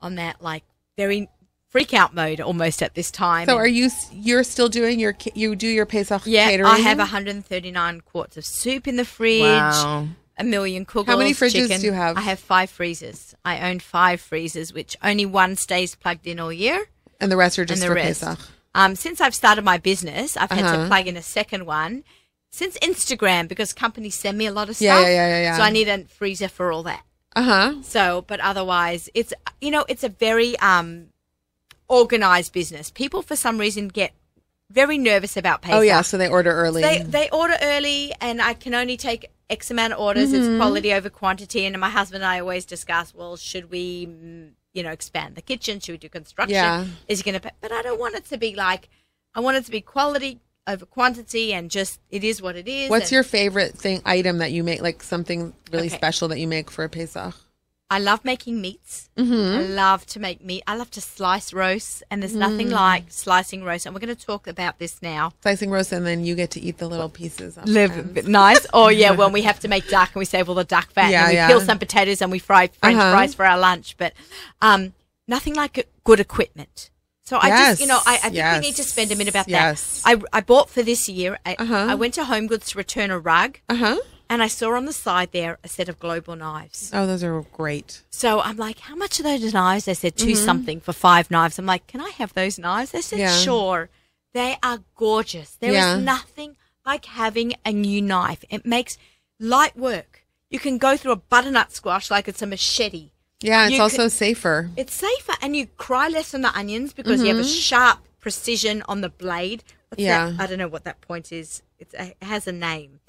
A: on that like very freak out mode almost at this time.
D: so are
A: And-
D: you s- you're still doing your ca- you do your Pesach
A: yeah,
D: catering
A: I have 139 quarts of soup in the fridge,
B: wow
A: a million kugels.
D: How many fridges
A: chicken.
D: do you have?
A: I have five freezers. I own five freezers, which only one stays plugged in all year,
D: and the rest are just
A: and
D: for
A: the rest.
D: Pesach
A: Um, since I've started my business, I've had to
D: Uh-huh.
A: plug in a second one. Since Instagram, because companies send me a lot of stuff,
D: Yeah, yeah, yeah, yeah, yeah.
A: so I need a freezer for all that.
D: uh-huh
A: So, but otherwise, it's you know, it's a very um organized business. People for some reason get very nervous about Pesach.
D: oh yeah so they order early
A: They they order early, and I can only take
D: Mm-hmm.
A: X amount of orders. It's quality over quantity. And my husband and I always discuss, well, should we mm, you know, expand the kitchen. Should we do construction?
D: Yeah.
A: Is it going to? But I don't want it to be like. I want it to be quality over quantity, and just it is what it is.
D: What's
A: and-
D: your favorite thing item that you make, like something really
A: Okay.
D: special that you make for a Pesach?
A: I love making meats.
D: Mm-hmm.
A: I love to make meat. I love to slice roasts, and there's nothing
D: Mm.
A: like slicing roasts. And we're going to talk about this now.
D: Slicing roast, and then you get to eat the little pieces. off the ends.
A: nice. Oh yeah, when we have to make duck and we save all the duck fat
D: Yeah,
A: and we
D: yeah.
A: peel some potatoes and we fry French
D: Uh-huh.
A: fries for our lunch. But um, nothing like a- good equipment. So I just, you know, I, I think
D: Yes,
A: we need to spend a minute about
D: yes.
A: that. I, I bought for this year. I,
D: Uh-huh.
A: I went to Home Goods to return a rug,
D: Uh huh.
A: and I saw on the side there a set of global knives.
D: Oh, those are great.
A: So I'm like, how much are those knives? They said 2
B: Mm-hmm.
A: something for five knives. I'm like, can I have those knives? They said,
D: Yeah.
A: sure. They are gorgeous. There is
D: Yeah.
A: nothing like having a new knife. It makes light work. You can go through a butternut squash like it's a machete.
D: Yeah, it's
A: You
D: also safer.
A: It's safer, and you cry less on the onions because you have a
B: Mm-hmm.
A: sharp precision on the blade. What's that?
D: Yeah.
A: I don't know what that point is. It's a, it has a name.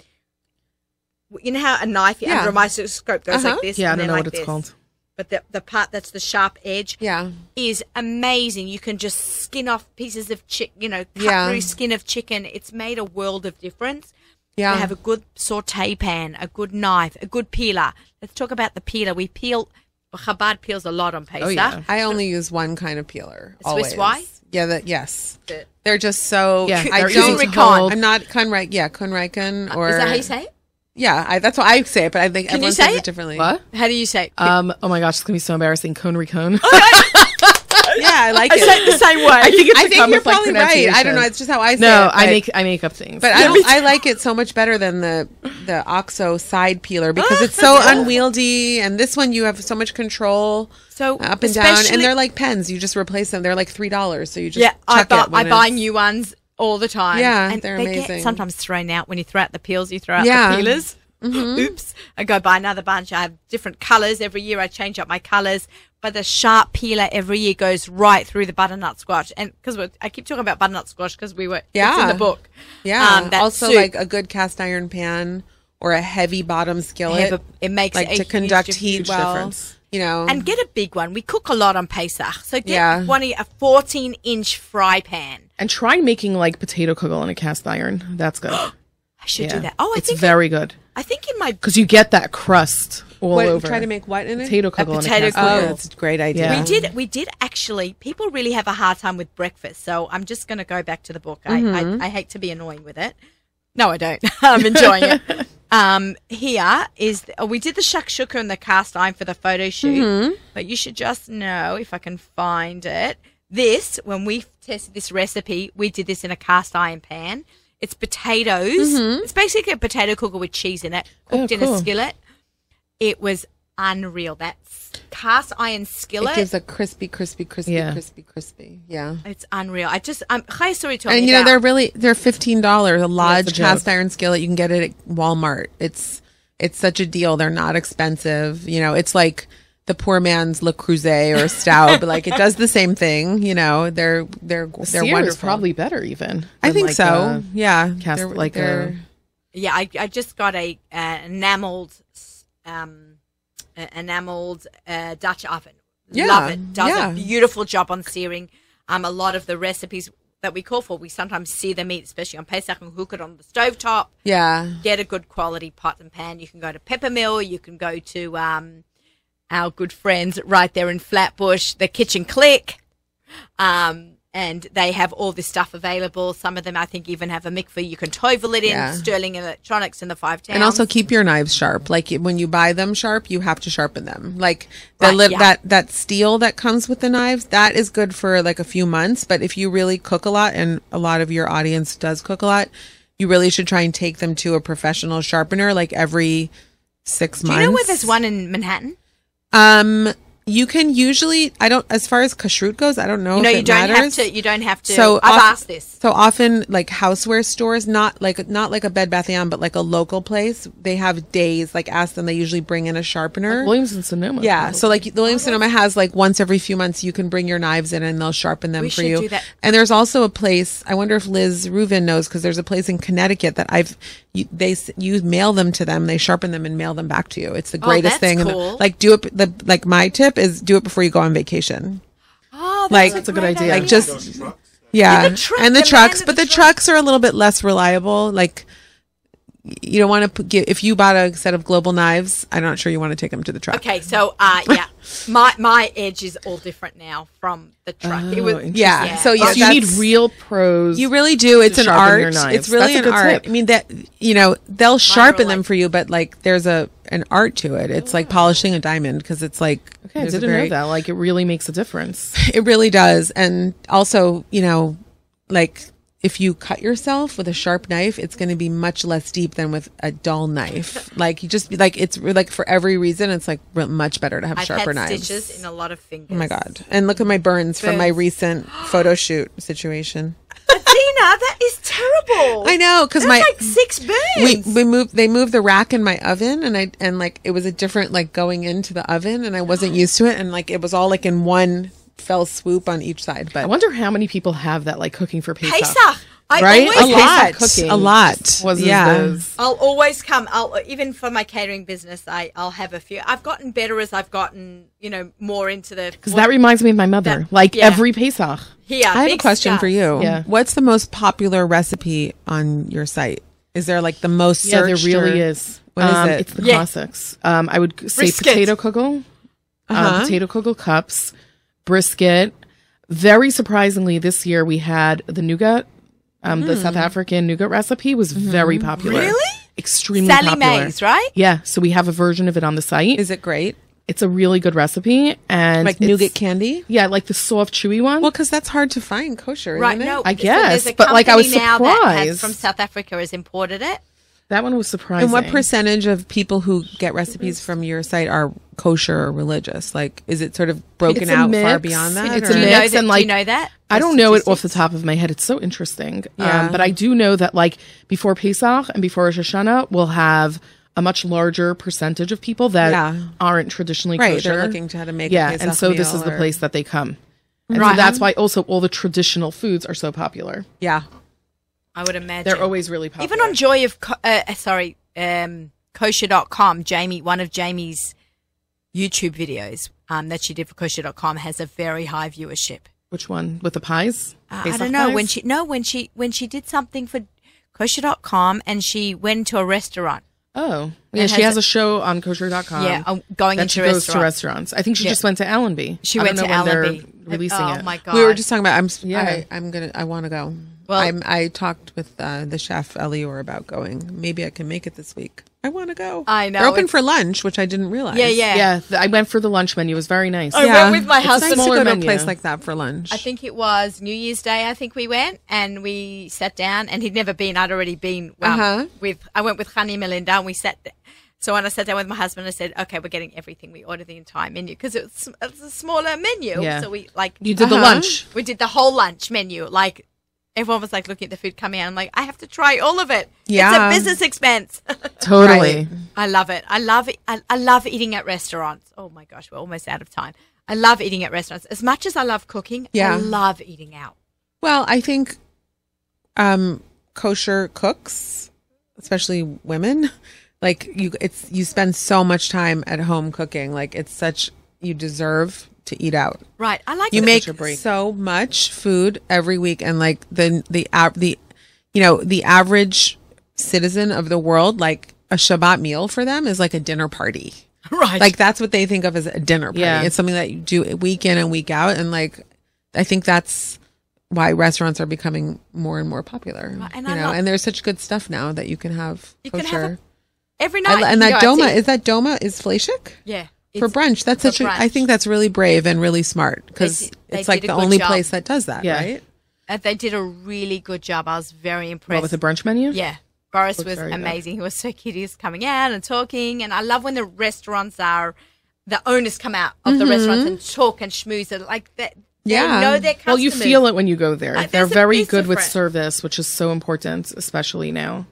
A: You know how a knife
D: Yeah.
A: under a microscope goes
D: Uh-huh.
A: like this?
B: Yeah, I
A: and then
B: don't know
A: like
B: what it's
A: this?
B: called.
A: but the, the part that's the sharp edge
D: Yeah.
A: is amazing. You can just skin off pieces of chick, you know, cut
D: Yeah.
A: through skin of chicken. It's made a world of difference.
D: Yeah.
A: To have a good saute pan, a good knife, a good peeler. Let's talk about the peeler. We peel. Well, Chabad peels a lot on Pesach.
B: yeah.
D: I only use one kind of peeler.
A: A Swiss
D: always.
A: Y?
D: Yeah. That yes.
A: The-
D: They're just so.
B: Yeah,
D: I
B: they're
A: easy
D: don't.
A: to Kunrikon. hold.
D: I'm not Kunreich. Yeah, Kunreichen or
A: Uh, is that how you say it?
D: Yeah, I, that's what I say it, but I think
A: Can you
D: everyone
A: say
D: says it,
A: it?
D: differently.
B: What?
A: How do you say? it?
B: Um, oh my gosh, it's gonna be so embarrassing. Cone recone.
A: Oh,
D: Yeah, I like it.
A: say it the same way. I think
D: I think you're
B: with, like,
D: probably right. I don't know.
B: pronunciation.
D: It's just how I say it.
B: no, I
D: but-
B: make I make up things.
D: But I, don't- I like it so much better than the the Oxo side peeler because
A: Ah,
D: it's so unwieldy, and this one you have so much control
A: So,
D: up and down,
A: especially-
D: and they're like pens. You just replace them. They're like three dollars, so you just
A: yeah, I
D: chuck
A: buy,
D: it when
A: I buy
D: it's-
A: new ones all the time.
D: Yeah,
A: and
D: they're
A: they
D: amazing.
A: get sometimes thrown out when you throw out the peels. You throw out
D: Yeah. Mm-hmm.
A: the peelers. Oops! I go buy another bunch. I have different colors every year. I change up my colors, but the sharp peeler every year goes right through the butternut squash. And because I keep talking about butternut squash because we were it's in
D: Yeah.
A: the book.
D: Yeah,
A: um, that
D: also
A: soup.
D: like a good cast iron pan or a heavy bottom
A: I
D: skillet,
A: have a- it makes
D: like
A: a
D: to
A: huge
D: conduct
A: difference.
D: heat
B: Huge
D: well.
B: difference.
D: You know,
A: and get a big one. We cook a lot on Pesach, so get
D: Yeah.
A: one a fourteen inch fry pan.
B: and try making like potato kugel in a cast iron. That's good.
A: I should
B: Yeah.
A: do that. Oh, I
B: it's
A: think
B: very good
A: I think in my
B: because you get that crust all
D: what,
B: over.
D: try to make what in it?
B: potato kugel in a
A: potato
B: cast
D: Oh,
A: kugel.
B: iron.
D: that's a great idea.
B: Yeah.
A: We did. We did actually. People really have a hard time with breakfast, so I'm just going to go back to the book. I,
B: Mm-hmm.
A: I, I hate to be annoying with it. No, I don't. I'm enjoying it. Um, here is oh, we did the shakshuka and the cast iron for the photo shoot,
B: Mm-hmm.
A: but you should just know if I can find it. This when we tested this recipe, we did this in a cast iron pan. It's potatoes. It's basically a potato cooker with cheese in it, cooked
B: Mm-hmm. Oh,
A: in a
B: cool.
A: skillet. It was unreal. That s- cast iron skillet.
D: It gives a crispy, crispy, crispy,
B: Yeah.
D: crispy, crispy. Yeah.
A: It's unreal. I just um Chaya Suri told
D: And
A: me
D: you know
A: about-
D: they're really they're fifteen dollars a large
B: joke.
D: cast iron skillet. You can get it at Walmart. It's it's such a deal. They're not expensive. You know, it's like the poor man's Le Creuset or Stout. but like it does the same thing. You know, they're they're they're
B: Sears
D: wonderful.
B: is probably better even.
D: I
B: than,
D: think
B: like,
D: so.
B: uh,
D: yeah,
B: cast- like a-
A: yeah. I, I just got a uh, enameled um a- enameled uh, Dutch oven.
D: Yeah,
A: Love it. Does
D: yeah.
A: a beautiful job on searing. Um, a lot of the recipes that we call for, we sometimes sear the meat, especially on Pesach, and cook it on the stove top.
D: yeah.
A: Get a good quality pot and pan. You can go to Peppermill. You can go to um our good friends right there in Flatbush, the Kitchen Click. Um, and they have all this stuff available. Some of them, I think, even have a mikveh you can tovel it in.
D: Yeah.
A: Sterling Electronics in the five towns.
D: And also keep your knives sharp. Like when you buy them sharp, you have to sharpen them. Like the
A: Right,
D: lit-
A: yeah.
D: that that steel that comes with the knives, that is good for like a few months. But if you really cook a lot, and a lot of your audience does cook a lot, you really should try and take them to a professional sharpener, like every six
A: do
D: months.
A: you know where there's one in Manhattan?
D: Um, you can usually. I don't. As far as kashrut goes, I don't know.
A: You know,
D: if
A: you
D: it
A: don't
D: matters.
A: have to. You don't have to.
D: So
A: I've
D: off-
A: asked this.
D: So often, like houseware stores, not like not like a Bed Bath and Beyond, but like a local place, they have days. Like ask them, they usually bring in a sharpener.
B: Williams and Sonoma.
D: yeah, so like the Williams
A: Oh.
D: Sonoma has like once every few months, you can bring your knives in and they'll sharpen them
A: We
D: for
A: should
D: you.
A: do that.
D: And there's also a place. I wonder if Liz Rubin knows because there's a place in Connecticut that I've you, they s- you mail them to them, they sharpen them and mail them back to you. It's the greatest
A: Oh, that's
D: thing.
A: cool.
D: Like do it the like my tip tip is do it before you go on vacation.
A: Oh, that's
D: Like-
A: a
D: That's
B: a good
A: great
B: idea.
D: Like just yeah,
A: the truck-
D: and the
A: the
D: trucks,
A: man
D: but
A: in
D: the
A: the truck.
D: trucks are a little bit less reliable. Like y- you don't want to get if you bought a set of global knives, I'm not sure you want to take them to the truck.
A: Okay, so uh, yeah, my my edge is all different now from the truck. it was,
B: interesting.
D: Yeah.
A: Yeah.
D: Oh, So yeah,
B: So you need
D: that's-
B: real pros.
D: You really do. It's an
B: sharpen your
D: art.
B: knives.
D: It's really
B: That's a
D: an
B: good
D: art.
B: tip.
D: I mean that you know they'll sharpen them
A: like-
D: for you, but like Oh. there's a an art to it. It's like polishing a diamond because it's like
B: okay, I
D: there's a
B: didn't
D: very-
B: know that. Like it really makes a difference.
D: It really does. And also, you know, like if you cut yourself with a sharp knife, it's going to be much less deep than with a dull knife. like you just like it's like for every reason, it's like re- much better to have
A: I've
D: sharper
A: had
D: knives.
A: stitches in a lot of fingers.
D: oh my god! And look at my burns, from my
A: Burns.
D: recent photo shoot situation.
A: Tina, that is terrible.
D: I know because
A: That's
D: my
A: like six burns.
D: we we moved they moved the rack in my oven and I and like it was a different like going into the oven and I wasn't used to it and like it was all like in one fell swoop on each side.
B: I
D: But
B: wonder how many people have that, like cooking for Pesach.
A: Pesach. I
B: Right?
A: always
B: A
D: a
B: Pesach
D: lot,
B: cooking
D: a lot.
B: just wasn't
D: yeah,
B: as-
A: I'll always come. I'll even for my catering business, I I'll have a few. I've gotten better as I've gotten, you know, more into the
B: Because that reminds me of my mother.
A: That-
B: like
A: yeah.
B: every Pesach.
A: here.
D: I have a
A: big
D: question
A: stuff.
D: for you.
B: Yeah.
D: What's the most popular recipe on your site? Is there like the most?
B: Yeah, there
D: searched
B: really
D: or-
B: is.
D: What is
B: um,
D: it?
B: It's the
A: Yeah.
B: classics. Um, I would g- say
A: Brisket.
B: potato kugel, uh,
D: Uh-huh.
B: potato kugel cups, brisket. Very surprisingly, this year we had the nougat. Um, The
D: Hmm.
B: South African nougat recipe was
D: Mm-hmm.
B: very popular.
A: Really?
B: Extremely
A: Sally
B: popular.
A: Mays, right?
B: Yeah, so we have a version of it on the site.
D: Is it great?
B: it's a really good recipe, and
D: Like
B: it's-
D: nougat candy?
B: Yeah, like the soft, chewy one.
D: Well, because that's hard to find kosher,
A: Right,
D: Isn't
A: no,
D: It?
B: I
A: so there's
B: guess,
A: a
B: but, like, I was
A: company now that has-
B: surprised.
A: from South Africa has imported it.
B: that one was surprising.
D: And what percentage of people who get recipes from your site are kosher or religious? Like, is it sort of broken
B: It's a
D: out far
B: mix.
D: beyond that?
B: It's
D: or-
B: a
A: Do you
B: mix.
A: know
B: Yes,
A: that?
B: and,
A: do you
B: like,
A: know that?
B: I don't know it off the top of my head. It's so interesting.
D: Yeah.
B: Um, but I do know that like before Pesach and before Rosh Hashanah, we'll have a much larger percentage of people that
D: Yeah.
B: aren't traditionally
D: Right,
B: kosher.
D: they're looking to how to make a
B: yeah,
D: Pesach
B: and so this
D: meal
B: is the
D: or-
B: place that they come. And
A: Right.
B: so that's why also all the traditional foods are so popular.
D: Yeah.
A: I would imagine
B: They're always really popular.
A: even on Joy of Co- uh, uh, sorry um, kosher.com. Jamie, one of Jamie's YouTube videos um, that she did for kosher.com has a very high viewership.
B: which one with the pies?
A: Uh, I
B: Pesach
A: don't know
B: pies?
A: when she no when she when she did something for kosher.com and she went to a restaurant.
B: Oh, yeah,
A: It
B: she
A: has
B: has a show on kosher.com.
A: yeah, um, going
B: that
A: into
B: she goes to
A: restaurants.
B: restaurants. I think she
A: Yeah.
B: just went to Allenby.
A: She
B: I
A: went
B: don't
A: to
B: know when they're
A: Allenby.
B: releasing
A: oh
B: it.
A: my god!
D: We were just talking about. I'm. Yeah.
B: Yeah.
D: I, I'm gonna. I want to go.
A: Well-
D: Well, I'm, I talked with uh, the chef Elior about going. Maybe I can make it this week. I want to go.
A: I know,
D: They're open
A: it's-
D: for lunch, which I didn't realize.
A: yeah, yeah, Oh,
B: Yeah, th- I went for the lunch menu. It was very nice.
A: I went with my
D: It's nice to
A: husband.
B: smaller
D: go to a
B: menu.
D: place like that for lunch.
A: I think it was New Year's Day. I think we went and we sat down, and he'd never been. I'd already been um,
D: Uh-huh.
A: with. I went with Honey Melinda, and we sat. there. So when I sat down with my husband, I said, "Okay, we're getting everything. We ordered the entire menu because it's it's a smaller menu.
B: Yeah.
A: So we like
B: You did the
D: Uh-huh.
B: lunch.
A: we did the whole lunch menu. Like everyone was like looking at the food coming out. I'm like, I have to try all of it.
D: Yeah.
A: it's a business expense.
B: Totally.
D: Right.
A: I love it. I love it. I, I love eating at restaurants. Oh my gosh, we're almost out of time. I love eating at restaurants as much as I love cooking. I
D: Yeah.
A: love eating out.
D: Well, I think um kosher cooks, especially women, like you it's you spend so much time at home cooking. Like it's such you deserve to eat out.
A: Right. I like
D: You
A: the-
D: make so much food every week and like the the av- the you know, the average citizen of the world like a Shabbat meal for them is like a dinner party.
A: right.
D: Like that's what they think of as a dinner party.
B: Yeah.
D: It's something that you do week in and week out, and like I think that's why restaurants are becoming more and more popular.
A: Right, and
D: you
A: I
D: know,
A: love-
D: and there's such good stuff now that you can have.
A: You
D: for
A: can have a-
D: sure.
A: every
D: I
A: night.
D: lo- and
A: you
D: that
A: go out to
D: doma
A: eat.
D: is that doma is fleshik
A: yeah
D: for
A: it's-
D: brunch. That's
A: for
D: such. A, I
A: brunch.
D: think that's really brave and really smart because
A: did- they
D: it's like
A: did a
D: the
A: good
D: only
A: job.
D: place that does that,
B: Yeah.
D: right?
A: Uh, they did a really good job. I was very impressed.
B: What with the brunch menu?
A: yeah. Boris
B: Looks
A: was
B: very good.
A: amazing. He was so cute. He was coming out and talking. And I love when the restaurants are, the owners come out of
B: Mm-hmm.
A: the restaurants and talk and schmooze. And like that, they
D: Yeah.
A: know their customers.
B: Well, you feel it when you go there.
A: Like,
B: They're
A: there's a
B: very
A: piece
B: good
A: of
B: with
A: bread.
B: service, which is so important, especially now.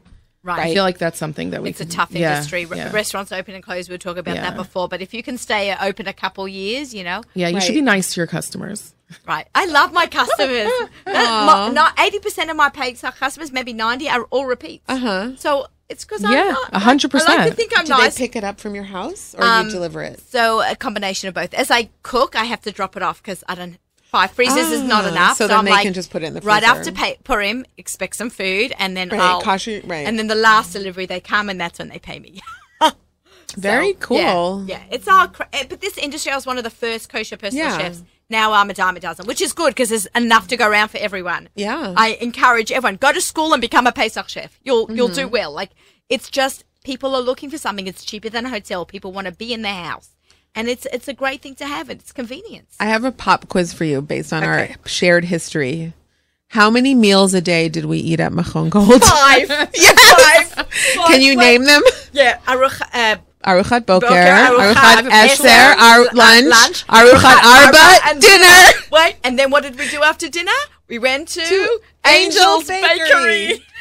B: I
A: Right.
B: feel like that's something that we.
A: It's a
B: could-
A: tough
B: yeah,
A: industry. Re-
B: Yeah,
A: Restaurants open and close. We were talking about that
B: Yeah.
A: before. But if you can stay open a couple years, you know,
B: Yeah, you should
D: Right.
B: be nice to your customers.
A: Right. I love my customers. That- my- Not eighty percent of my paid customers, maybe ninety, are all repeats.
D: Uh huh.
A: So It's because
B: Yeah,
A: I'm not.
B: 100%.
A: I like to think I'm
D: Do
A: nice.
D: they pick it up from your house or you deliver it?
A: so a combination of both. As I cook, I have to drop it off because I don't. Five freezers is not
D: Ah,
A: enough.
D: so then
A: I'm
D: they
A: like,
D: can just put it in the
A: right
D: freezer.
A: after pay, Purim. Expect some food, and then
D: Right,
A: I'll
D: kosher- right.
A: And then the last delivery they come, and that's when they pay me.
D: Very
A: So,
D: cool.
A: Yeah, yeah. it's all. Cra- eh, but this industry, I was one of the first kosher personal
D: Yeah.
A: chefs. Now I'm a dime a dozen, which is good because there's enough to go around for everyone.
D: Yeah.
A: I encourage everyone go to school and become a Pesach chef. You'll you'll
D: Mm-hmm.
A: do well. Like it's just people are looking for something. It's cheaper than a hotel. People want to be in their house, and it's it's a great thing to have. and It's convenience.
D: I have a pop quiz for you based on
A: Okay.
D: our shared history. How many meals a day did we eat at Mahon Gold?
A: Five.
D: Yes.
A: Five.
D: Can you
A: Five.
D: name them?
A: Yeah, aruch, uh,
D: Aruchat boker,
A: Boker, aruchat
D: aruchat
A: esher,
D: esher, ar-
A: uh,
D: lunch,
A: lunch,
D: aruchat
A: aruchat arba,
D: arba,
A: and-
D: dinner.
A: wait, and then what did we do after dinner? We went to, Angel's
D: Angel's
A: Bakery.
D: Bakery.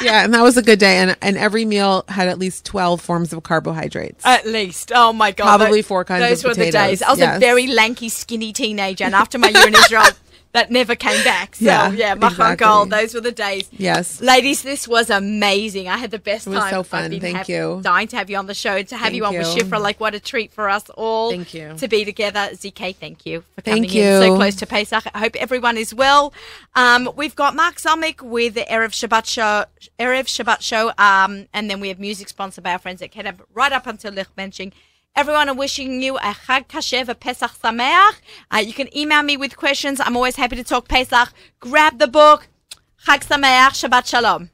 D: Yeah, and that was a good day. And and every meal had at least twelve forms of carbohydrates.
A: At least, oh my god,
D: Probably
A: tho-
D: four kinds of
A: Those were the days.
D: potatoes,
A: I was a
D: yes.
A: very lanky, skinny teenager, and after my year in Israel, that never came back. So yeah,
D: Yeah,
A: my
D: exactly.
A: goal. Those were the days.
D: Yes.
A: ladies, this was amazing. I had the best
D: was
A: time.
D: so
A: I've
D: fun.
A: been
D: Thank
A: hap-
D: you.
A: Dying to have you on the show, to have you on
D: Thank
A: with
D: you.
A: Shifra. Like what a treat for us all.
B: Thank you.
A: to be together. ZK, thank you for coming
D: Thank
A: in so
D: you.
A: close to Pesach. I hope everyone is well. Um, we've got Mark Zomick with the Erev Shabbat show. Erev Shabbat show. Um, and then we have music sponsored by our friends at Kedem right up until Lich Benching. Everyone, I'm wishing you a Chag Kasher, a Pesach Sameach. Uh, you can email me with questions. I'm always happy to talk Pesach. Grab the book. Chag Sameach, Shabbat Shalom.